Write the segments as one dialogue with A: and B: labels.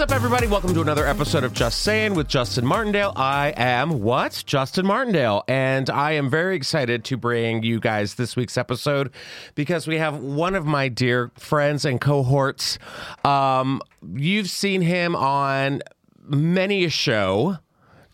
A: up, everybody? Welcome to another episode of Just Saying with Justin Martindale. I am what? Justin Martindale. And I am very excited to bring you guys this week's episode because we have one of my dear friends and cohorts. Um, you've seen him on many a show.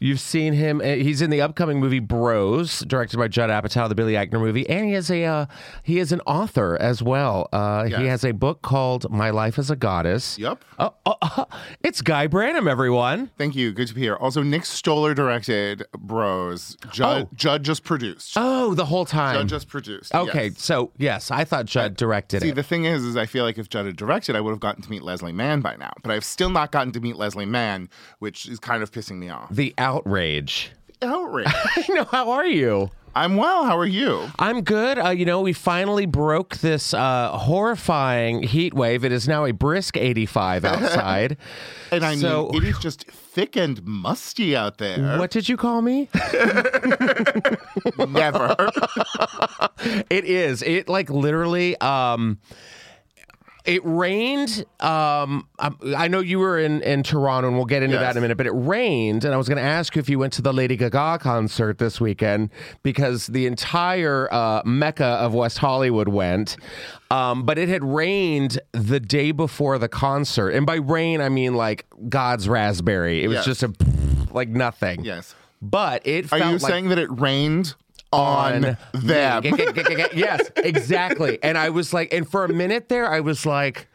A: You've seen him. uh, He's in the upcoming movie Bros, directed by Judd Apatow, the Billy Eichner movie, and he has a uh, he is an author as well. Uh, He has a book called My Life as a Goddess.
B: Yep.
A: Oh, oh, it's Guy Branum, everyone.
B: Thank you. Good to be here. Also, Nick Stoller directed Bros. Judd, Judd just produced.
A: Oh, the whole time.
B: Judd just produced.
A: okay,
B: yes.
A: so yes, I thought Judd directed
B: See,
A: it.
B: the thing is, is I feel like if Judd had directed, I would have gotten to meet Leslie Mann by now. But I've still not gotten to meet Leslie Mann, which is kind of pissing me off.
A: The outrage. Oh,
B: Outrage.
A: I know. How are you?
B: I'm well. How are you?
A: I'm good. Uh, you know, we finally broke this uh, horrifying heat wave. It is now a brisk 85 outside.
B: And I
A: So-
B: mean, it is just thick and musty out there.
A: what did you call me?
B: Never.
A: It is. It like literally. Um, it rained. Um, I, I know you were in in Toronto, and we'll get into that in a
B: Yes.
A: minute. But it rained, and I was going to ask you if you went to the Lady Gaga concert this weekend because the entire uh, mecca of West Hollywood went. Um, but it had rained the day before the concert, and by rain I mean like God's raspberry. It was
B: Yes.
A: just a like nothing.
B: yes.
A: But it.
B: Are
A: felt
B: you
A: like
B: saying that it rained on, them?
A: G- g- g- g- yes, exactly. And I was like, and for a minute there, I was like,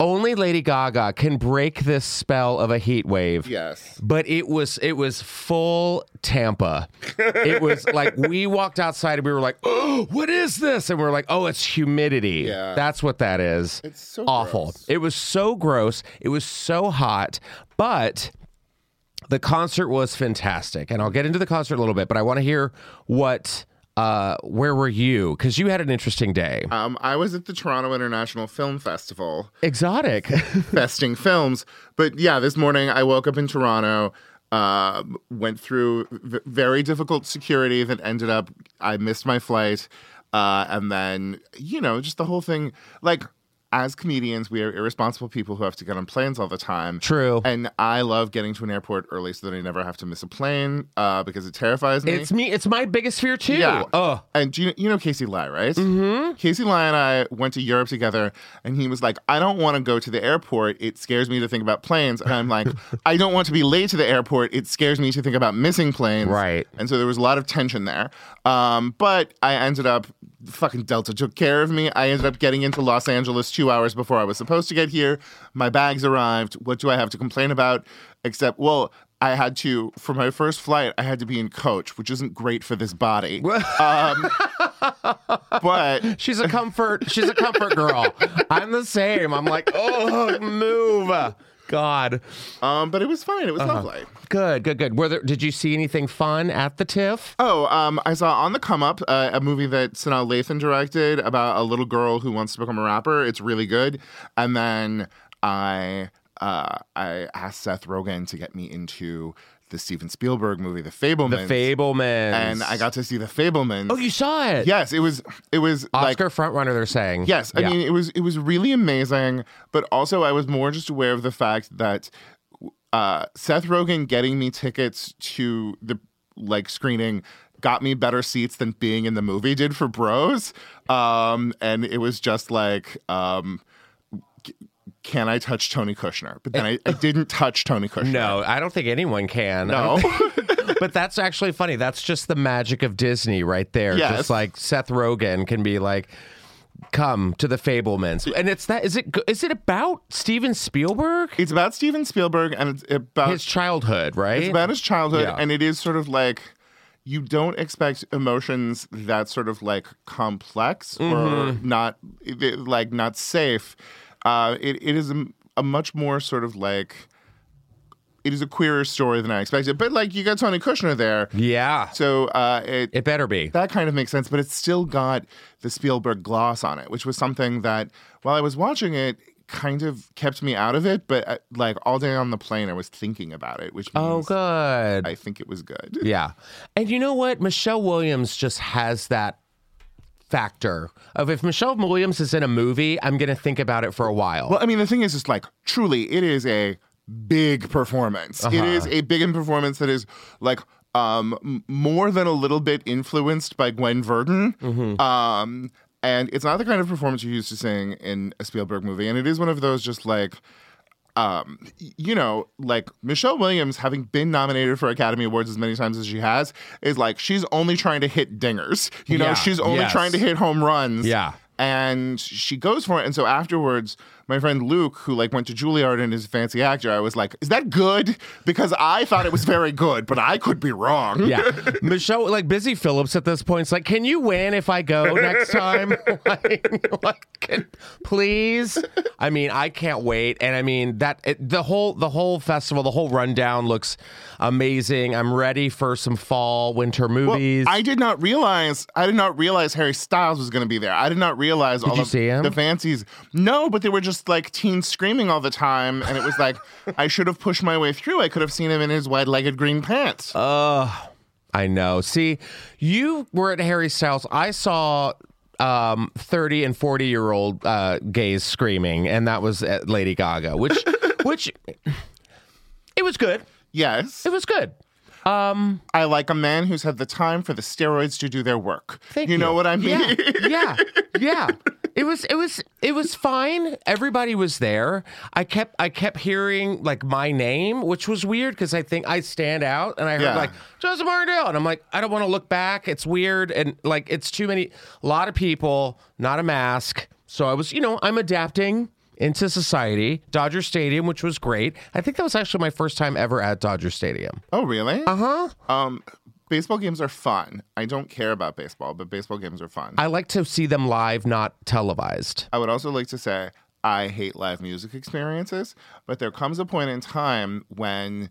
A: only Lady Gaga can break this spell of a heat wave.
B: yes.
A: But it was it was full Tampa. It was like we walked outside and we were like, "Oh, what is this?" And we were like, "Oh, it's humidity.
B: Yeah.
A: That's what that is."
B: It's so
A: awful.
B: gross.
A: It was so gross. It was so hot, but the concert was fantastic, and I'll get into the concert a little bit. But I want to hear what, uh, where were you? Because you had an interesting day.
B: Um, I was at the Toronto International Film Festival.
A: Exotic.
B: festing films. But yeah, this morning I woke up in Toronto, uh, went through v- very difficult security that ended up, I missed my flight. Uh, and then, you know, just the whole thing. Like, as comedians, we are irresponsible people who have to get on planes all the time.
A: True.
B: And I love getting to an airport early so that I never have to miss a plane uh, because it terrifies me.
A: it's me. It's my biggest fear too.
B: Yeah.
A: Oh,
B: And do you, you know Casey Lai, right? Mm-hmm. Casey Lai and I went to Europe together, and he was like, I don't want to go to the airport. It scares me to think about planes. And I'm like, I don't want to be late to the airport. It scares me to think about missing planes.
A: Right.
B: And so there was a lot of tension there. Um, but I ended up, fucking Delta took care of me. I ended up getting into Los Angeles two hours before I was supposed to get here. My bags arrived. What do I have to complain about? Except, well, I had to, for my first flight, I had to be in coach, which isn't great for this body. Um, but
A: she's a comfort. She's a comfort girl. I'm the same. I'm like, oh, move. God.
B: um, but it was fine. It was lovely.
A: Good, good, good. Were there, did you see anything fun at the TIFF?
B: Oh, um, I saw on the come up uh, a movie that Sanaa Lathan directed about a little girl who wants to become a rapper. It's really good. And then I uh, I asked Seth Rogen to get me into the Steven Spielberg movie, The Fablemans.
A: Fablemans.
B: and I got to see The Fablemans.
A: Oh, you saw it?
B: yes, it was it was like
A: Oscar frontrunner, they're saying.
B: Yes, I
A: Yeah.
B: mean it was it was really amazing, but also I was more just aware of the fact that uh, Seth Rogen getting me tickets to the like screening got me better seats than being in the movie did for Bros, um, and it was just like. Um, c- can I touch Tony Kushner? But then I, I didn't touch Tony Kushner.
A: No, I don't think anyone can. I
B: No.
A: don't think- but that's actually funny. That's just the magic of Disney right there.
B: Yes.
A: Just like Seth Rogen can be like, come to the Fablemans. And it's that, is it, go- is it about Steven Spielberg?
B: It's about Steven Spielberg and it's about
A: His childhood, right?
B: It's about his childhood,
A: Yeah.
B: and it is sort of like you don't expect emotions that sort of like complex or
A: Mm-hmm.
B: not like not safe. Uh, it it is a, a much more sort of like it is a queerer story than I expected. But like you got Tony Kushner there,
A: yeah.
B: so uh, it
A: It better be.
B: that kind of makes sense, but it's still got the Spielberg gloss on it, which was something that while I was watching it, kind of kept me out of it. But uh, like all day on the plane, I was thinking about it, which means
A: Oh, good.
B: I think it was good.
A: Yeah. And you know what? Michelle Williams just has that factor of if Michelle Williams is in a movie, I'm going to think about it for a while.
B: Well, I mean, the thing is, it's like truly, it is a big performance. It is
A: Uh-huh.
B: a big in performance that is like um m- more than a little bit influenced by Gwen Verdon.
A: Mm-hmm.
B: Um and it's not the kind of performance you're used to seeing in a Spielberg movie. And it is one of those just like um, y- you know, like Michelle Williams, having been nominated for Academy Awards as many times as she has, is like she's only trying to hit dingers. You know,
A: Yeah,
B: she's only
A: yes.
B: trying to hit home runs.
A: Yeah.
B: And she goes for it. And so afterwards, my friend Luke, who like went to Juilliard and is a fancy actor, I was like, is that good? Because I thought it was very good, but I could be wrong.
A: Yeah. Michelle, like Busy Phillips at this point, is like, can you win if I go next time? like, like, can, please. I mean, I can't wait. And I mean that it, the whole the whole festival, the whole rundown looks amazing. I'm ready for some fall winter movies.
B: I did not realize. I did not realize Harry Styles was going to be there. I did not realize all
A: you
B: of
A: see him?
B: the fancies. No, but they were just like teens screaming all the time, and it was like I should have pushed my way through. I could have seen him in his wide-legged green pants.
A: Uh, I know. See, you were at Harry Styles. I saw um 30 and 40 year old uh gays screaming and that was at Lady Gaga, which which it was good.
B: yes,
A: It was good.
B: I like a man who's had the time for the steroids to do their work.
A: Thank
B: know what I mean?
A: Yeah, yeah, yeah. It was it was it was fine. Everybody was there. I kept I kept hearing like my name, which was weird because I think I stand out, and I heard
B: Yeah.
A: like Joseph Martindale, and I'm like I don't want to look back. It's weird, and like it's too many. A lot of people, not a mask. So I was, you know, I'm adapting into society. Dodger Stadium, which was great. I think that was actually my first time ever at Dodger Stadium.
B: Oh, really? Uh
A: Uh-huh.
B: huh. Um, baseball games are fun. I don't care about baseball, but baseball games are fun.
A: I like to see them live, not televised.
B: I would also like to say I hate live music experiences, but there comes a point in time when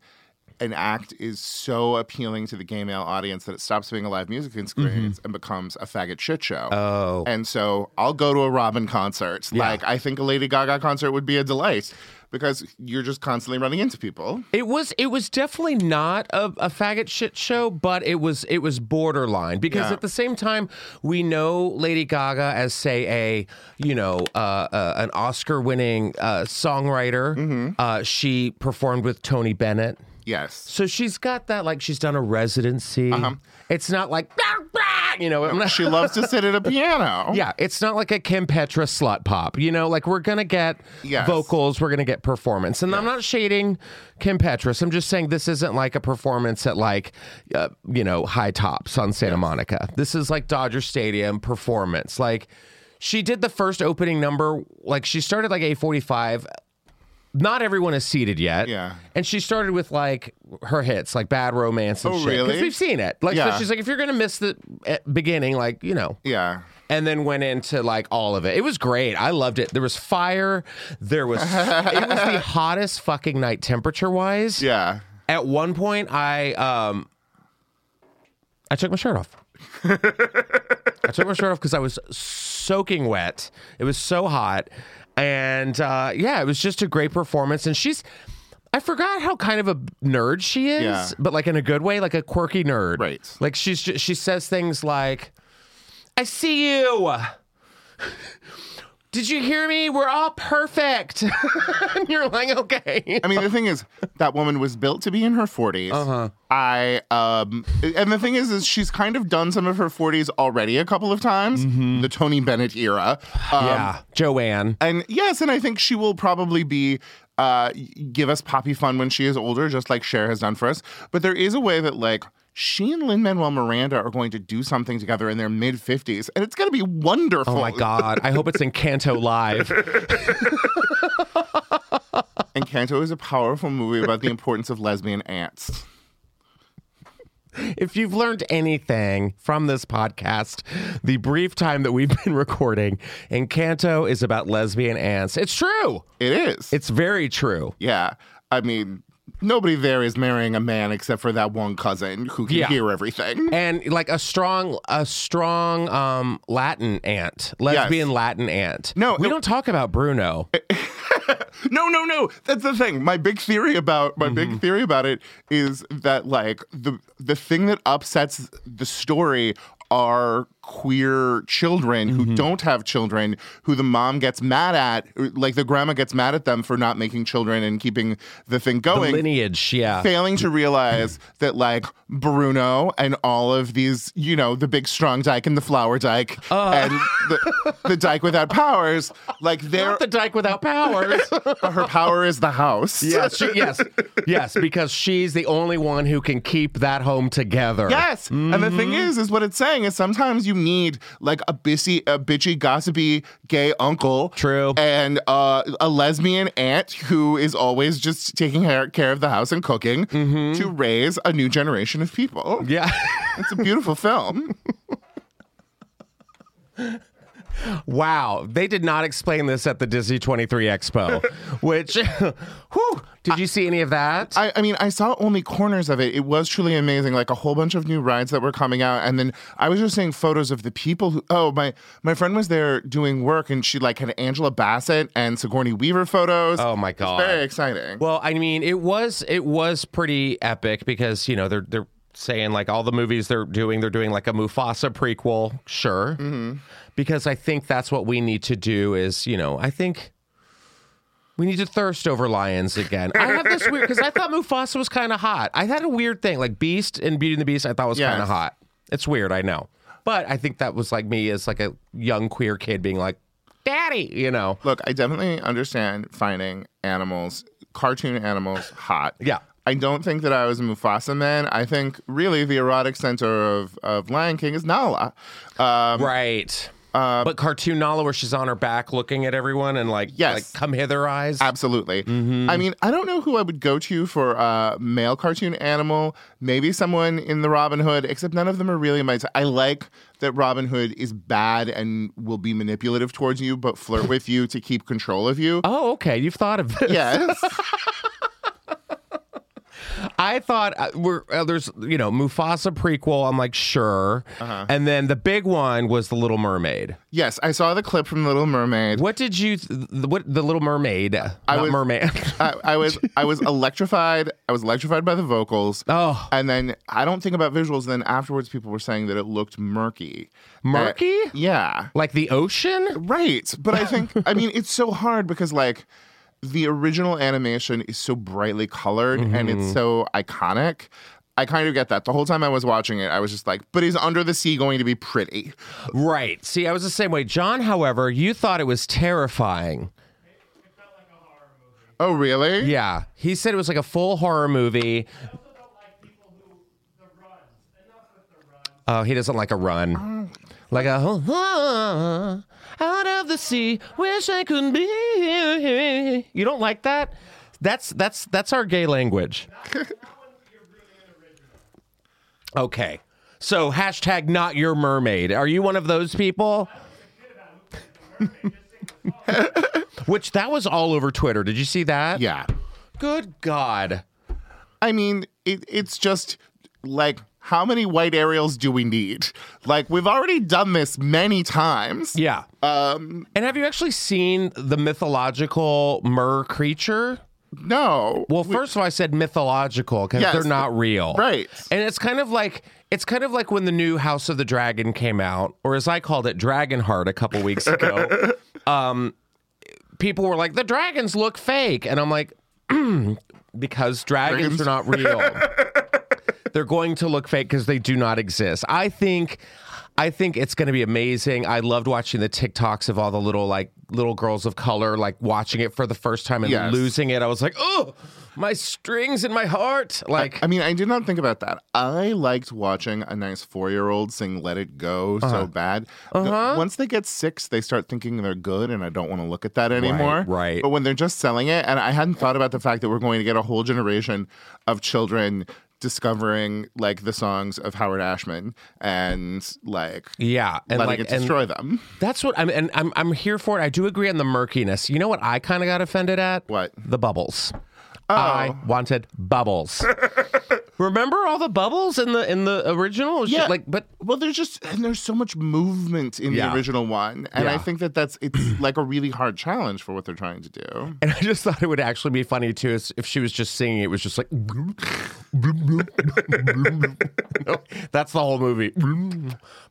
B: an act is so appealing to the gay male audience that it stops being a live music
A: Mm-hmm.
B: experience and becomes a faggot shit show. Oh. And so I'll go to a Robin concert. Like, I think a Lady Gaga concert would be a delight because you're just constantly running into people.
A: It was it was definitely not a, a faggot shit show, but it was it was borderline because
B: Yeah.
A: at the same time we know Lady Gaga as say a you know uh, uh, an Oscar winning uh, songwriter. Uh, she performed with Tony Bennett,
B: Yes.
A: so she's got that like she's done a residency. It's not like "Blah, blah," you know. I'm not-
B: She loves to sit at a piano.
A: yeah, it's not like a Kim Petra slut pop. You know, like we're gonna get
B: Yes.
A: vocals, we're gonna get performance, and I'm not shading Kim Petras. I'm just saying this isn't like a performance at like, uh, you know, high tops on Santa Monica. This is like Dodger Stadium performance. Like, she did the first opening number. Like she started like 8:45. Not everyone is seated yet.
B: Yeah.
A: and she started with like her hits, like "Bad Romance" and
B: Oh,
A: shit. 'cause
B: really?
A: we've seen it. Like, so
B: Yeah.
A: she's like, if you're gonna miss the eh, beginning, like you know,
B: Yeah.
A: and then went into like all of it. It was great. I loved it. There was fire. There was it was the hottest fucking night temperature wise.
B: Yeah.
A: At one point, I um, I took my shirt off. I took my shirt off because I was soaking wet. It was so hot, and uh, yeah, it was just a great performance. And she's. I forgot how kind of a nerd she is,
B: Yeah.
A: but like in a good way, like a quirky nerd.
B: Right.
A: Like she's ju- she says things like, "I see you. Did you hear me? We're all perfect." and you're like, "Okay."
B: I mean, the thing is, that woman was built to be in her 40s. Uh-huh. I um, and the thing is, is she's kind of done some of her 40s already a couple of times.
A: Mm-hmm.
B: The Tony Bennett era. Um,
A: yeah, Joanne.
B: And yes, and I think she will probably be uh, y- give us poppy fun when she is older, just like Cher has done for us. But there is a way that like. She and Lin Manuel Miranda are going to do something together in their mid 50s, and it's going to be wonderful.
A: Oh my God. I hope it's in Canto Live.
B: And Canto is a powerful movie about the importance of lesbian aunts.
A: If you've learned anything from this podcast, the brief time that we've been recording, Encanto is about lesbian ants. It's true.
B: It is.
A: It's very true.
B: Yeah. I mean, nobody there is marrying a man except for that one cousin who can
A: Yeah.
B: hear everything.
A: And like a strong, a strong um, Latin aunt, lesbian Latin aunt.
B: No,
A: we
B: it-
A: don't talk about Bruno.
B: No, no, no. That's the thing. My big theory about my big theory about it is that like the the thing that upsets the story are queer children who don't have children who the mom gets mad at, or, like the grandma gets mad at them for not making children and keeping the thing going
A: lineage. Yeah.
B: failing to realize that like Bruno and all of these, you know, the big strong dyke and the flower dyke
A: Uh.
B: and the, the dyke without powers, like they're
A: Not the dyke without powers.
B: her power is the house.
A: yes, she, yes, yes, because she's the only one who can keep that home together.
B: Yes. And the thing
A: Mm-hmm.
B: is, is what it's saying is sometimes you need like a busy, a bitchy, gossipy gay uncle.
A: True.
B: And uh, a lesbian aunt who is always just taking care care of the house and cooking to raise a new generation of people.
A: Mm-hmm. Yeah.
B: It's a beautiful film.
A: wow. They did not explain this at the Disney 23 Expo, which, whew, did you see any of that?
B: I, I mean, I saw only corners of it. It was truly amazing. Like a whole bunch of new rides that were coming out, and then I was just seeing photos of the people who. Oh, my my friend was there doing work, and she like had Angela Bassett and Sigourney Weaver photos.
A: Oh, my God.
B: It's very exciting.
A: Well, I mean, it was it was pretty epic because you know they're they're saying like all the movies they're doing they're doing like a Mufasa prequel, sure, because I think that's what we need to do is you know I think. We need to thirst over lions again. I have this weird because I thought Mufasa was kind of hot. I had a weird thing like Beast and Beauty and the Beast. I thought was
B: Yes.
A: kind of hot. It's weird, I know, but I think that was like me as like a young queer kid being like, "Daddy," you know.
B: Look, I definitely understand finding animals, cartoon animals, hot.
A: Yeah.
B: I don't think that I was a Mufasa man. I think really the erotic center of, of Lion King is Nala. Um,
A: Right. but cartoon Nala, where she's on her back looking at everyone and like,
B: Yes.
A: like come hither eyes.
B: Absolutely. I mean, I don't know who I would go to for a male cartoon animal. Maybe someone in the Robin Hood, except none of them are really my. T- I like that Robin Hood is bad and will be manipulative towards you, but flirt with you to keep control of you.
A: oh, okay. You've thought of this.
B: Yes.
A: I thought uh, we're uh, there's you know Mufasa prequel. I'm like sure,
B: Uh-huh.
A: and then the big one was the Little Mermaid.
B: yes. I saw the clip from Little Mermaid.
A: What did you? Th- what the Little Mermaid? not
B: was-
A: mermaid.
B: I, I was I was electrified. I was electrified by the vocals.
A: Oh.
B: and then I don't think about visuals. Then afterwards, people were saying that it looked murky.
A: Murky?
B: Uh, yeah.
A: like the
B: Uh,
A: ocean?
B: Right. But I think, I mean, it's so hard because, like, the original animation is so brightly colored and
A: Mm-hmm.
B: it's so iconic. I kind of get that. The whole time I was watching it, I was just like, but is Under the Sea going to be pretty?
A: Right. See, I was the same way. John, however, you thought it was terrifying.
B: Oh, really?
A: Yeah, he said it was like a full horror movie. Oh, he doesn't like a run. Like a "Ah, out of the sea. Wish I could be. here." You don't like that? That's that's that's our gay language. Okay. So hashtag not your mermaid. Are you one of those people? Which that was all over Twitter. Did you see that?
B: Yeah.
A: Good God.
B: I mean, it, it's just like, how many white aerials do we need? Like, we've already done this many times.
A: Yeah. Um, and have you actually seen the mythological mer creature?
B: No.
A: Well, first of all, I said mythological because
B: Yes.
A: they're not real,
B: Right.
A: And it's kind of like it's kind of like when the new House of the Dragon came out, or as I called it, Dragonheart, a couple weeks ago. um, people were like, "The dragons look fake," and I'm like, "Because dragons,
B: Dragons.
A: are not real. They're going to look fake because they do not exist." I think. I think it's going to be amazing. I loved watching the TikToks of all the little like little girls of color like watching it for the first time and
B: Yes.
A: losing sing it, I was like, oh, my strings in my heart. Like,
B: I mean, I did not think about that. I liked watching a nice four year old sing Let It Go
A: Uh-huh.
B: so bad. The- once they get six, they start thinking they're good, and I don't want to look at that anymore.
A: right.
B: But when they're just selling it, and I hadn't thought about the fact that we're going to get a whole generation of children discovering like the songs of Howard Ashman and like
A: yeah, and
B: letting
A: like,
B: it
A: and
B: destroy them.
A: that's what I'm, and I'm, I'm here for it. I do agree on the murkiness. You know what? I kind of got offended at
B: What?
A: the bubbles. I wanted bubbles. Remember all the bubbles in the in the original? She-
B: Yeah.
A: like but
B: Well, there's just and there's so much movement in
A: Yeah.
B: the original one, and I
A: Yeah.
B: think that that's it's like a really hard challenge for what they're trying to do.
A: and I just thought it would actually be funny too is if she was just singing. It was just like that's the whole movie.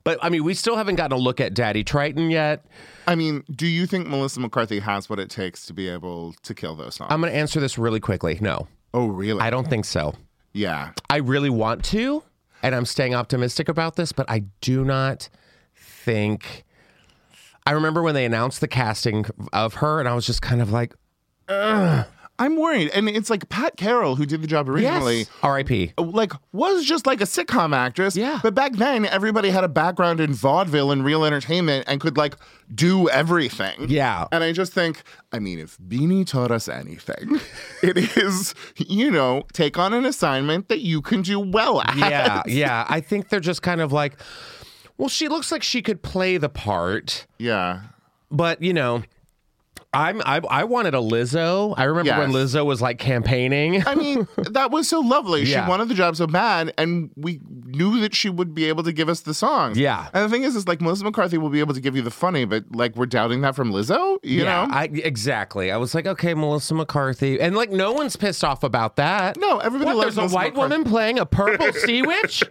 A: But I mean, we still haven't gotten a look at Daddy Triton yet.
B: I mean, do you think Melissa McCarthy has what it takes to be able to kill those songs?
A: I'm going to answer this really quickly. No,
B: oh, really?
A: I don't think so.
B: yeah.
A: I really want to, and I'm staying optimistic about this, but I do not think. I remember when they announced the casting of her, and I was just kind of like,
B: I'm worried, and it's like Pat Carroll, who did the job originally.
A: yes, R.I.P.
B: Like was just like a sitcom actress,
A: Yeah.
B: But back then, everybody had a background in vaudeville and real entertainment and could like do everything.
A: Yeah.
B: And I just think, I mean, if Beanie taught us anything, it is, you know, take on an assignment that you can do well at.
A: Yeah, yeah. I think they're just kind of like, well, she looks like she could play the part,
B: Yeah.
A: but you know. I'm I, I wanted a Lizzo. I remember when
B: Yes.
A: Lizzo was like campaigning.
B: I mean, that was so lovely.
A: Yeah.
B: She wanted the job so bad, and we knew that she would be able to give us the song.
A: Yeah.
B: And the thing is, is like Melissa McCarthy will be able to give you the funny, but like we're doubting that from Lizzo, you know?
A: I, exactly. I was like, okay, Melissa McCarthy, and like no one's pissed off about that.
B: No, everybody
A: What,
B: loves
A: there's a
B: Melissa
A: white
B: McCarthy.
A: woman playing a purple sea witch.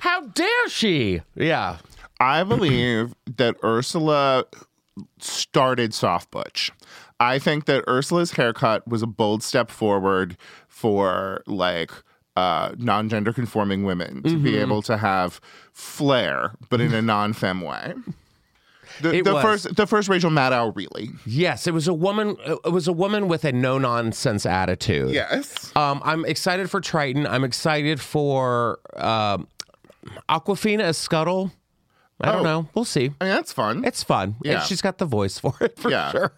A: How dare she? Yeah,
B: I believe that Ursula started soft butch. I think that Ursula's haircut was a bold step forward for like uh, non-gender conforming women to
A: Mm-hmm.
B: be able to have flair, but in a non-femme way. The,
A: It
B: the
A: was.
B: first, the first Rachel Maddow, really.
A: yes, it was a woman. It was a woman with a no nonsense attitude.
B: Yes.
A: Um, I'm excited for Triton. I'm excited for um, Aquafina as Scuttle. I don't know. We'll see.
B: I mean, that's fun.
A: It's fun. And
B: Oh. Yeah.
A: she's got the voice for it for
B: Yeah.
A: sure.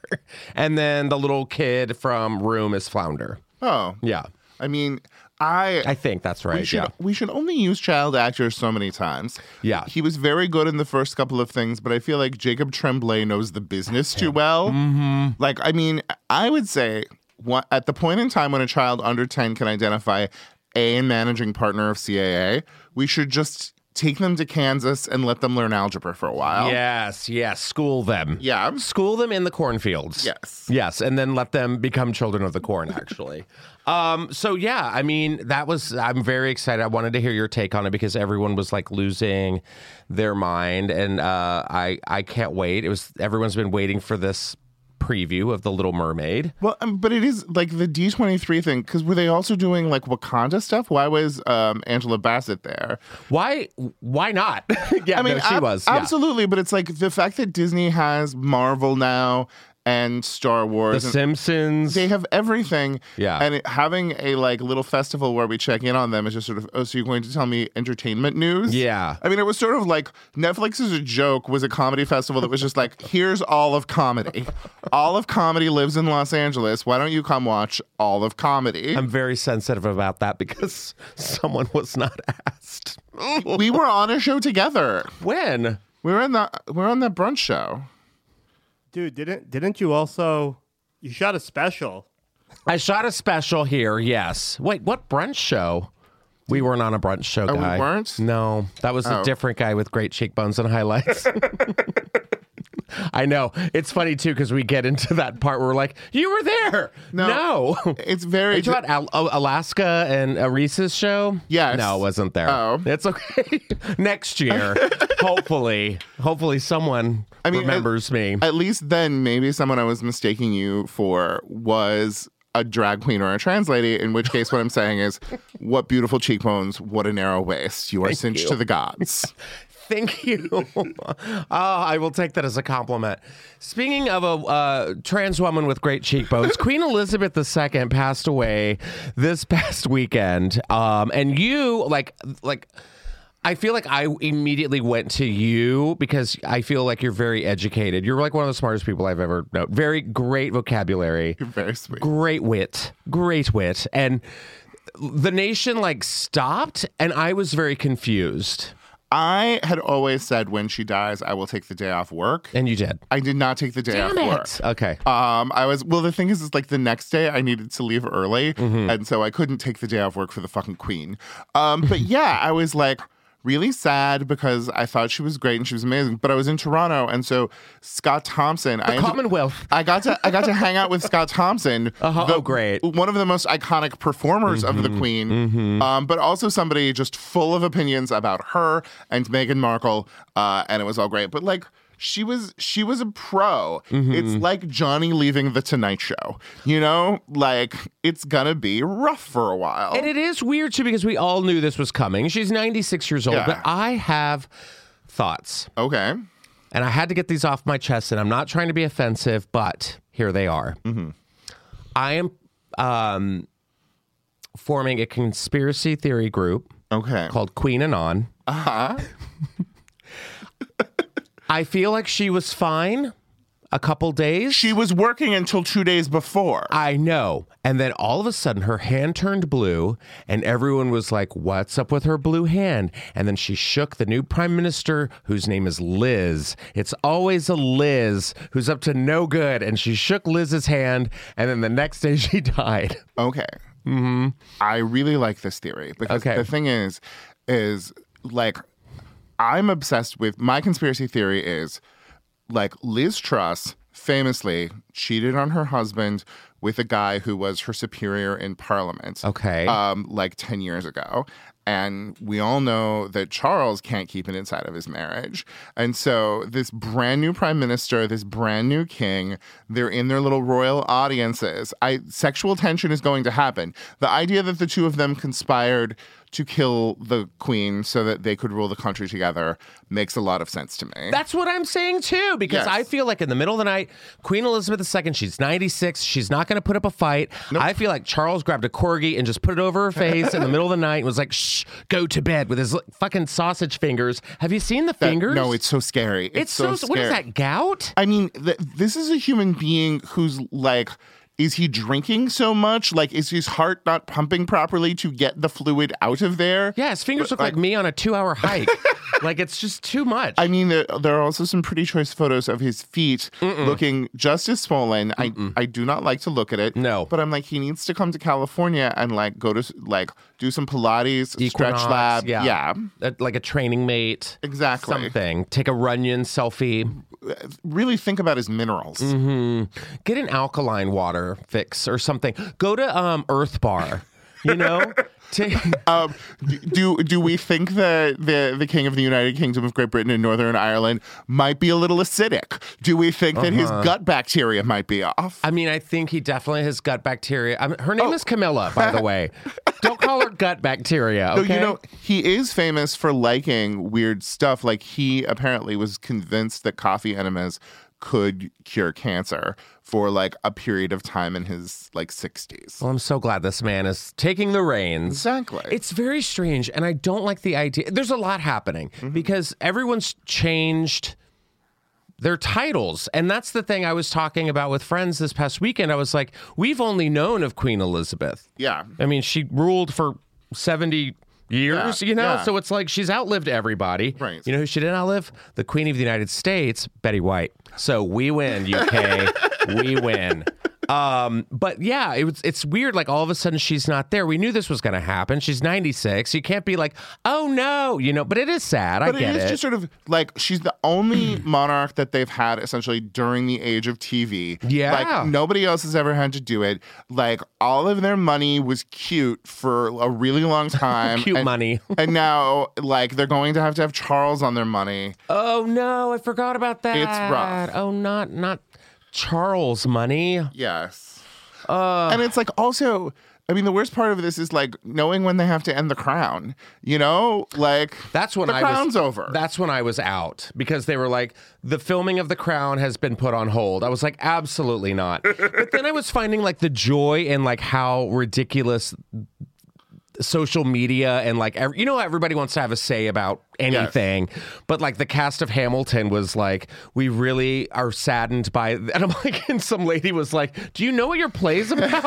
A: And then the little kid from Room is Flounder.
B: oh,
A: Yeah,
B: I mean, I
A: I think that's right.
B: We should,
A: yeah.
B: we should only use child actors so many times.
A: Yeah.
B: He was very good in the first couple of things, but I feel like Jacob Tremblay knows the business too well.
A: Mm-hmm.
B: Like, I mean, I would say what, at the point in time when a child under 10 can identify a managing partner of CAA, we should just take them to Kansas and let them learn algebra for a while.
A: Yes, yes. School them.
B: Yeah.
A: School them in the cornfields.
B: Yes.
A: Yes, and then let them become children of the corn, actually. um, so, yeah, I mean, that was, I'm very excited. I wanted to hear your take on it because everyone was like losing their mind. And uh, I, I can't wait. It was, everyone's been waiting for this preview of The Little Mermaid.
B: Well, um, but it is like the D23 thing, because were they also doing like Wakanda stuff? Why was um, Angela Bassett there?
A: Why, why not? yeah, no, she
B: ab-
A: was. yeah.
B: absolutely. But it's like the fact that Disney has Marvel now and Star
A: The
B: Wars. and
A: Simpsons.
B: they have everything,
A: Yeah.
B: And it, having a like little festival where we check in on them is just sort of oh, so you're going to tell me entertainment news?
A: Yeah.
B: I mean, it was sort of like Netflix is a joke was a comedy festival that was just like here's all of comedy, all of comedy lives in Los Angeles. Why don't you come watch all of comedy?
A: I'm very sensitive about that because someone was not asked.
B: we were on a show together.
A: When?
B: We were in the we were on that brunch show.
C: Dude, didn't didn't you also you shot a special?
A: I shot a special here, yes. Wait, what brunch show? We weren't on a brunch show,
B: Oh, we
A: guy.
B: weren't? Oh.
A: No, that was a different guy with great cheekbones and highlights. I know. It's funny, too, because we get into that part where we're like, you were there. No.
B: No. It's very
A: Are you talking about Al- oh, Alaska and uh, Reese's show?
B: Yes.
A: No, it wasn't there.
B: Oh.
A: It's okay. Next year, hopefully, hopefully someone
B: mean,
A: remembers me.
B: at least then maybe someone I was mistaking you for was a drag queen or a trans lady, in which case what I'm saying is, what beautiful cheekbones, what a narrow waist. You are cinched to the gods.
A: Thank you. Ah, I will take that as a compliment. Speaking of a uh, trans woman with great cheekbones, Queen Elizabeth II passed away this past weekend, um, and you like like. I feel like I immediately went to you because I feel like you're very educated. You're like one of the smartest people I've ever known. Very great vocabulary
B: Very sweet.
A: great wit, great wit. And the nation like stopped, and I was very confused.
B: I had always said when she dies, I will take the day off work.
A: And you did.
B: I did not take the day off work.
A: Okay.
B: Um, I was well. The thing is, is like the next day I needed to leave early, and so I couldn't take the day off work for the fucking queen. Um, but yeah, I was like really sad because I thought she was great and she was amazing. But I was in Toronto, and so Scott Thompson, I ended-
A: Commonwealth.
B: I got to I got to hang out with Scott Thompson.
A: Uh-huh.
B: the-
A: Oh, great. Mm-hmm.
B: One of the most iconic performers of the Queen, um, but also somebody just full of opinions about her and Meghan Markle, uh, and it was all great. But like. She was she was a pro.
A: Mm-hmm.
B: It's like Johnny leaving the Tonight Show. You know, like it's gonna be rough for a while.
A: And it is weird too because we all knew this was coming. She's 96 years old,
B: Yeah.
A: but I have thoughts.
B: okay.
A: And I had to get these off my chest and I'm not trying to be offensive, but here they are. I am um, forming a conspiracy theory group
B: Okay.
A: called Queen Anon. Uh-huh. I feel like she was fine a couple days.
B: She was working until two days before.
A: I know. And then all of a sudden her hand turned blue and everyone was like, What's up with her blue hand? And then she shook the new prime minister, whose name is Liz. It's always a Liz who's up to no good. And she shook Liz's hand. And then the next day she died.
B: Okay. Mm-hmm. I really like this theory because
A: Okay.
B: the thing is, is like, I'm obsessed with my conspiracy theory is like Liz Truss famously cheated on her husband with a guy who was her superior in parliament.
A: Okay.
B: Um, like 10 years ago. And we all know that Charles can't keep it inside of his marriage. And so, this brand new prime minister, this brand new king, they're in their little royal audiences. I, sexual tension is going to happen. The idea that the two of them conspired to kill the queen so that they could rule the country together makes a lot of sense to me.
A: That's what I'm saying too, because
B: Yes.
A: I feel like in the middle of the night, Queen Elizabeth II, she's 96. She's not going to put up a fight. I feel like Charles grabbed a corgi and just put it over her face in the middle of the night and was like, shh, go to bed with his li- fucking sausage fingers. Have you seen the
B: That-
A: fingers?
B: No, it's so scary. It's,
A: It's so,
B: scary.
A: what is that, gout?
B: I mean, th- this is a human being who's like, is he drinking so much? Like, is his heart not pumping properly to get the fluid out of there?
A: Yeah, his fingers look like, me on a two hour hike. like, it's just too much.
B: I mean, there, there are also some pretty choice photos of his feet looking just as swollen. I, I do not like to look at it.
A: No.
B: But I'm like, he needs to come to California and like go to s- like do some Pilates,
A: Equinox,
B: stretch lab.
A: yeah.
B: yeah.
A: Uh, like a training mate.
B: Exactly.
A: Something. Take a Runyon selfie.
B: Really think about his minerals.
A: get an alkaline water fix or something. Go to um, Earth Bar, you know. to,
B: Um, d- do do we think that the the king of the United Kingdom of Great Britain and Northern Ireland might be a little acidic? Do we think that his gut bacteria might be off?
A: Uh-huh. I mean, I think he definitely has gut bacteria. I mean, her name is Camilla, by the way. Don't call her gut bacteria.
B: So,
A: Okay?
B: you know, he is famous for liking weird stuff. Like he apparently was convinced that coffee enemas could cure cancer for like a period of time in his like 60s.
A: well, I'm so glad this man is taking the reins.
B: Exactly.
A: It's very strange, and I don't like the idea. There's a lot happening because everyone's changed their titles. And that's the thing I was talking about with friends this past weekend. I was like, we've only known of Queen Elizabeth.
B: yeah.
A: I mean, she ruled for 70 years,
B: Yeah,
A: you know?
B: yeah.
A: So it's like she's outlived everybody.
B: Right.
A: You know who she didn't outlive? The Queen of the United States, Betty White. So we win, UK. we win. Um, but yeah, it was, it's weird. Like all of a sudden she's not there. We knew this was going to happen. She's 96. You can't be like, oh no, you know, but it is sad. I
B: But
A: get
B: it is
A: it.
B: just sort of like she's the only monarch that they've had essentially during the age of TV.
A: Yeah.
B: Like nobody else has ever had to do it. Like all of their money was cute for a really long time.
A: Cute
B: and,
A: money.
B: and now like they're going to have to have Charles on their money.
A: oh no, I forgot about that.
B: rough.
A: Oh, not, not Charles money.
B: Yes.
A: uh.
B: and it's like also I mean the worst part of this is like knowing when they have to end the crown. You know? Like
A: That's when
B: the
A: I
B: crown's
A: was
B: over.
A: That's when I was out because they were like, the filming of The Crown has been put on hold. I was like, absolutely not. but then I was finding like the joy in like how ridiculous social media and like ev- you know everybody wants to have a say about anything. But like the cast of Hamilton was like, we really are saddened by. And I'm like, and some lady was like, do you know what your play's about?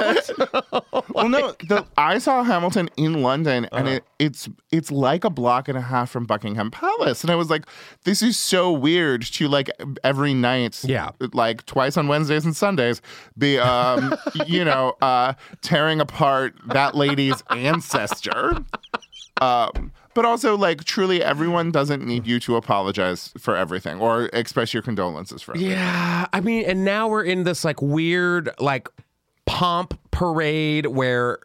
B: well, no, the, I saw Hamilton in London, and it, it's it's like a block and a half from Buckingham Palace, and I was like, this is so weird to like every night,
A: Yeah.
B: like twice on Wednesdays and Sundays, be um, you know, uh, tearing apart that lady's ancestor. Um, but also, like, truly, everyone doesn't need you to apologize for everything or express your condolences for. everything.
A: Yeah, I mean, and now we're in this like weird like pomp parade where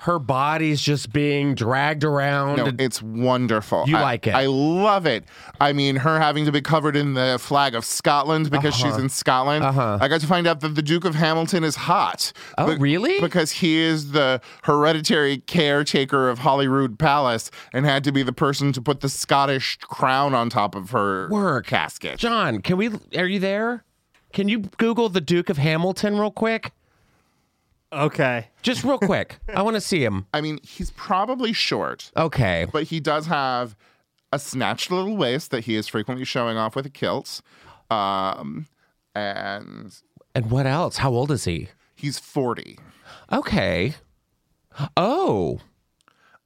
A: her body's just being dragged around.
B: No,
A: and-
B: it's wonderful.
A: You
B: I,
A: like it.
B: I love it. I mean, her having to be covered in the flag of Scotland because she's in Scotland. Uh-huh. I got to find out that the Duke of Hamilton is hot.
A: Oh, really?
B: Because he is the hereditary caretaker of Holyrood Palace and had to be the person to put the Scottish crown on top of her
A: Work.
B: casket.
A: John, can we? Are you there? Can you Google the Duke of Hamilton real quick?
C: Okay.
A: Just real quick. I want to see him.
B: I mean, he's probably short,
A: Okay.
B: but he does have a snatched little waist that he is frequently showing off with a kilt. Um, and
A: And what else? How old is he?
B: he's 40.
A: Okay. Oh,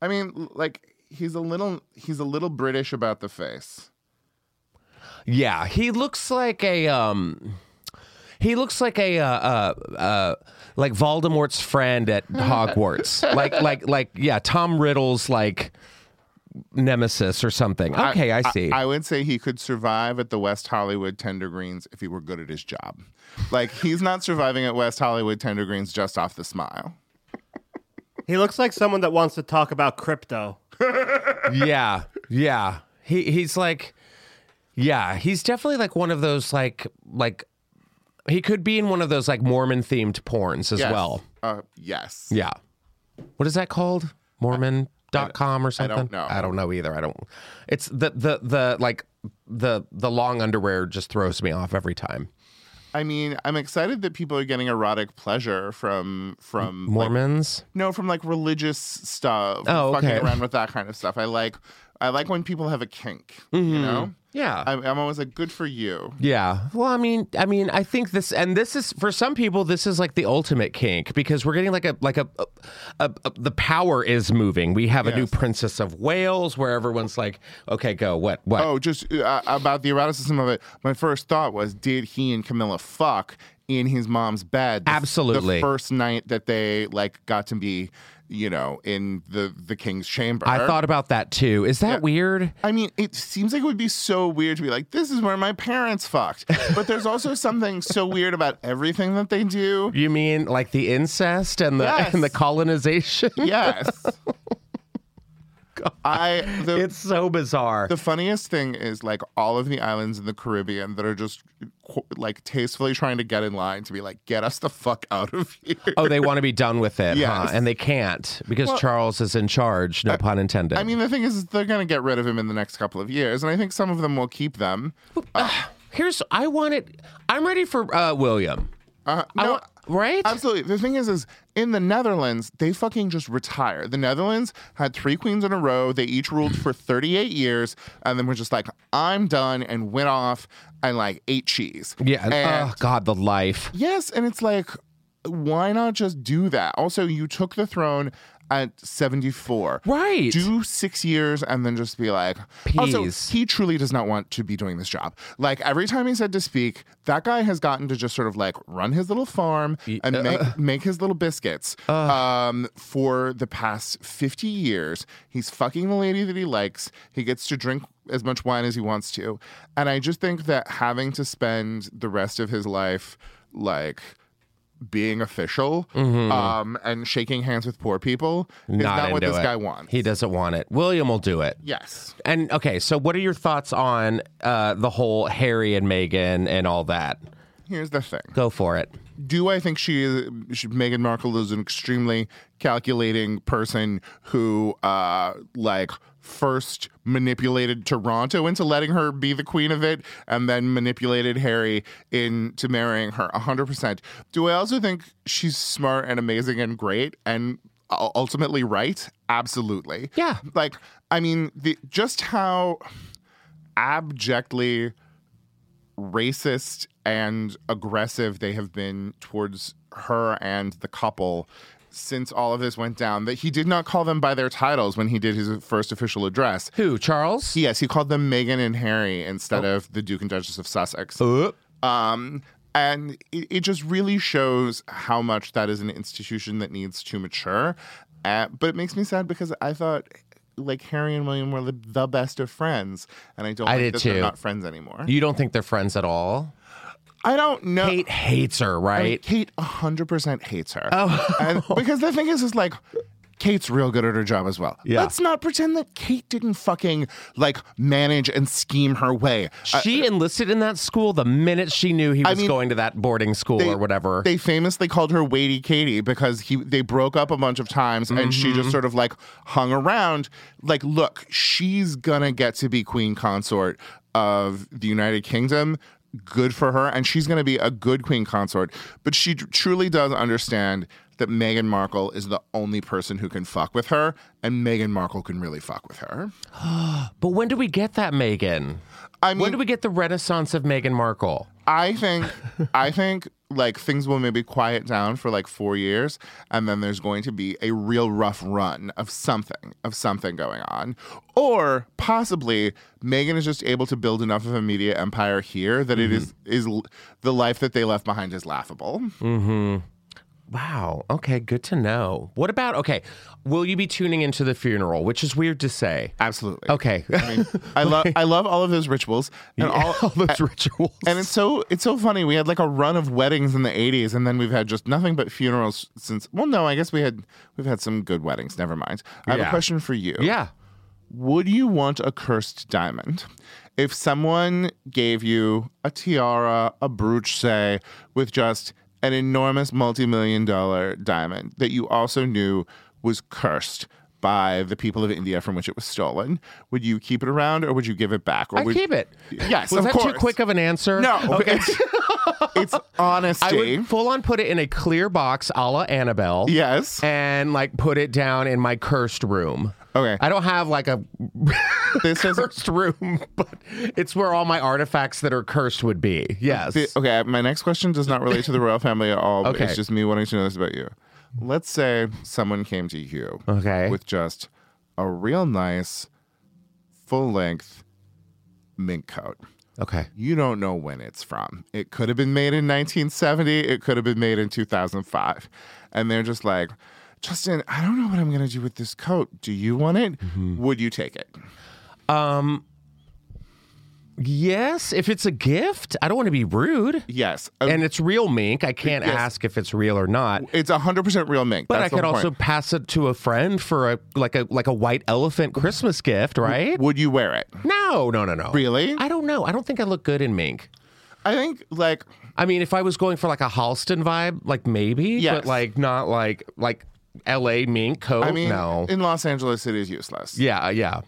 B: I mean, l- like he's a little he's a little British about the face.
A: yeah. He looks like a um. He looks like a uh, uh, uh like Voldemort's friend at Hogwarts. like like like yeah, Tom Riddle's like nemesis or something. Okay, I, see.
B: I would say he could survive at the West Hollywood Tender Greens if he were good at his job. Like he's not surviving at West Hollywood Tender Greens just off the smile.
C: He looks like someone that wants to talk about crypto.
A: yeah, yeah. He he's like, yeah, he's definitely like one of those like like he could be in one of those like Mormon themed porns as
B: Yes.
A: well.
B: Uh, yes.
A: Yeah. What is that called? Mormon dot com or something?
B: know.
A: I don't know either. I don't. It's the the the like the the long underwear just throws me off every time.
B: I mean, I'm excited that people are getting erotic pleasure from from like,
A: Mormons.
B: No, from like religious stuff.
A: Oh, okay.
B: Fucking around with that kind of stuff. I like, I like when people have a kink.
A: Mm-hmm.
B: You know.
A: Yeah.
B: I'm, I'm always like, good for you.
A: Yeah. Well, I mean, I mean, I think this, and this is for some people, this is like the ultimate kink because we're getting like a like a, a, a, a- the power is moving. We have a new
B: Yes.
A: Princess of Wales where everyone's like, okay, go, what, what?
B: Oh, just uh, about the eroticism of it. My first thought was, did he and Camilla fuck in his mom's bed? the f-
A: Absolutely.
B: The first night that they like got to be, you know, in the the king's chamber.
A: I thought about that too. Is that weird?
B: I mean, it seems like it would be so weird to be like, this is where my parents fucked. But there's also something so weird about everything that they do.
A: You mean like the incest and the
B: Yes.
A: and the colonization?
B: Yes. I the,
A: It's so bizarre.
B: The funniest thing is like all of the islands in the Caribbean that are just qu- like tastefully trying to get in line to be like, get us the fuck out of here.
A: oh, they want to be done with it, huh?
B: Yes.
A: And they can't because Charles is in charge. No pun intended.
B: I mean, the thing is, they're gonna get rid of him in the next couple of years, and I think some of them will keep them.
A: here's I want it. I'm ready for uh, William.
B: Uh,
A: I
B: no,
A: want- right?
B: absolutely. The thing is, is in the Netherlands, they fucking just retire. The Netherlands had three queens in a row. They each ruled for 38 years, and then were just like, I'm done, and went off and like ate cheese.
A: Yeah. and-
B: And-
A: oh God, the life.
B: Yes, and it's like, why not just do that? Also, you took the throne at 74.
A: Right.
B: Do six years and then just be like, also,
A: Peace.
B: he truly does not want to be doing this job. Like, every time he said to speak, that guy has gotten to just sort of like run his little farm and
A: uh,
B: make, make his little biscuits um, for the past 50 years. He's fucking the lady that he likes. He gets to drink as much wine as he wants to. And I just think that having to spend the rest of his life like being official um, and shaking hands with poor people is not, what
A: Mm-hmm. into
B: this
A: it.
B: guy wants.
A: He doesn't want it. William will do it.
B: yes.
A: And okay, so what are your thoughts on uh, the whole Harry and Meghan and all that?
B: Here's the thing.
A: Go for it.
B: Do I think she is she, Meghan Markle is an extremely calculating person who uh like first manipulated Toronto into letting her be the queen of it and then manipulated Harry into marrying her 100%. Do I also think she's smart and amazing and great and u- ultimately right? Absolutely.
A: Yeah.
B: Like, I mean, the just how abjectly racist and aggressive they have been towards her and the couple since all of this went down that he did not call them by their titles when he did his first official address.
A: Who? Charles?
B: Yes, he called them Meghan and Harry instead of the Duke and Duchess of Sussex.
A: Uh,
B: Um, and it, it just really shows how much that is an institution that needs to mature. Uh, but it makes me sad because I thought like Harry and William were the, the best of friends, and I don't.
A: I
B: like
A: did
B: that
A: too.
B: They're not friends anymore.
A: you don't think they're friends at all?
B: I don't know.
A: Kate hates her, right?
B: Kate 100% hates her. Oh. and, because the thing is, is like, Kate's real good at her job as well.
A: Yeah.
B: Let's not pretend that Kate didn't fucking like manage and scheme her way. Uh,
A: she enlisted in that school the minute she knew he was
B: mean,
A: going to that boarding school or whatever.
B: They famously called her Weighty Katie because he they broke up a bunch of times and she just sort of like hung around. Like, look, she's gonna get to be queen consort of the United Kingdom. Good for her, and she's gonna be a good queen consort. But she tr- truly does understand that Meghan Markle is the only person who can fuck with her, and Meghan Markle can really fuck with her.
A: but when do we get that Megan?
B: I mean,
A: when do we get the renaissance of Meghan Markle?
B: I think I think like things will maybe quiet down for like four years, and then there's going to be a real rough run of something of something going on, or possibly Megan is just able to build enough of a media empire here that it is is l- the life that they left behind is laughable.
A: Wow. Okay, good to know. What about okay, will you be tuning into the funeral, which is weird to say.
B: Absolutely.
A: Okay.
B: I, mean, I love I love all of those rituals and all.
A: all those rituals.
B: And it's so it's so funny. We had like a run of weddings in the '80s, and then we've had just nothing but funerals since. Well, no, I guess we had we've had some good weddings. Never mind. I have
A: Yeah.
B: a question for you.
A: yeah.
B: Would you want a cursed diamond? If someone gave you a tiara, a brooch, say, with just an enormous multi-million dollar diamond that you also knew was cursed by the people of India from which it was stolen, would you keep it around or would you give it back? Or
A: I
B: would,
A: keep it.
B: Yes,
A: Was
B: of
A: that
B: course.
A: too quick of an answer?
B: No, it's, it's honesty.
A: I would full on put it in a clear box a la Annabelle.
B: yes,
A: And like put it down in my cursed room.
B: Okay.
A: I don't have like a
B: this is
A: cursed room, but it's where all my artifacts that are cursed would be. Yes.
B: the- okay. My next question does not relate to the royal family at all. but
A: Okay.
B: it's just me wanting to know this about you. Let's say someone came to you,
A: Okay.
B: with just a real nice, full length mink coat.
A: okay.
B: You don't know when it's from. It could have been made in 1970. It could have been made in 2005. And they're just like, Justin, I don't know what I'm going to do with this coat. Do you want it?
A: Mm-hmm.
B: Would you take it?
A: Yes, if it's a gift, I don't want to be rude.
B: Yes. uh,
A: And it's real mink. I can't
B: Yes.
A: ask if it's real or not.
B: It's hundred percent real mink.
A: But
B: That's
A: I
B: the
A: could
B: whole
A: also
B: point.
A: pass it to a friend for a like a like a white elephant Christmas gift, right?
B: Would you wear it?
A: No, no, no, no.
B: Really?
A: I don't know. I don't think I look good in mink.
B: I think like
A: I mean, if I was going for like a Halston vibe, like maybe,
B: Yes.
A: but like not like like L.A. mink coat.
B: I mean,
A: no.
B: in Los Angeles, it is useless.
A: yeah, yeah.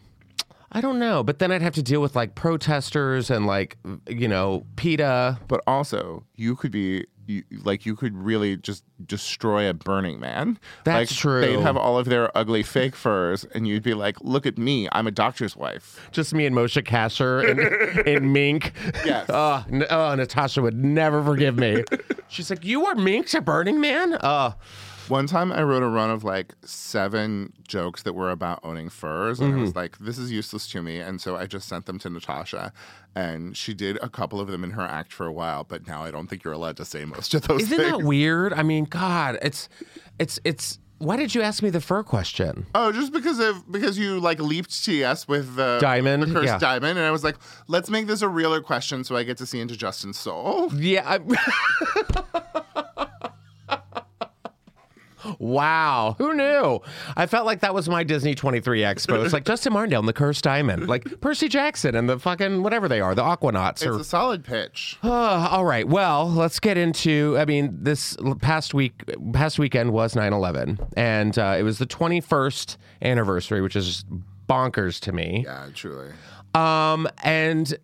A: I don't know, but then I'd have to deal with like protesters and like you know PETA.
B: But also, you could be you, like you could really just destroy a Burning Man.
A: That's
B: Like,
A: true.
B: They'd have all of their ugly fake furs, and you'd be like, "Look at me, I'm a doctor's wife."
A: Just me and Moshe Kasher in, in mink.
B: Yes.
A: Oh, n- oh, Natasha would never forgive me. She's like, "You are mink to Burning Man." Uh,
B: One time, I wrote a run of like seven jokes that were about owning furs, and
A: Mm-hmm.
B: I was like, "This is useless to me," and so I just sent them to Natasha, and she did a couple of them in her act for a while. But now I don't think you're allowed to say most of those
A: Isn't
B: things.
A: that weird? I mean, God, it's, it's, it's. Why did you ask me the fur question?
B: Oh, just because of because you like leaped TS with the
A: Diamond,
B: the cursed
A: yeah.
B: diamond, and I was like, let's make this a realer question so I get to see into Justin's soul.
A: Yeah. I... wow. Who knew? I felt like that was my Disney 23 Expo. It's like Justin Martindale and the Cursed Diamond, like Percy Jackson and the fucking whatever they are, the Aquanauts or
B: It's a solid pitch.
A: Uh, all right. Well, let's get into. I mean, this l- past week, past weekend was 9 11, and uh, it was the 21st anniversary, which is bonkers to me.
B: Yeah, truly.
A: Um, and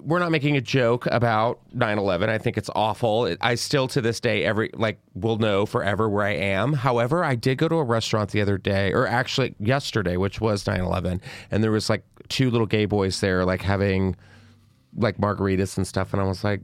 A: we're not making a joke about 9-11 i think it's awful it, i still to this day every like will know forever where i am however i did go to a restaurant the other day or actually yesterday which was 9-11 and there was like two little gay boys there like having like margaritas and stuff and i was like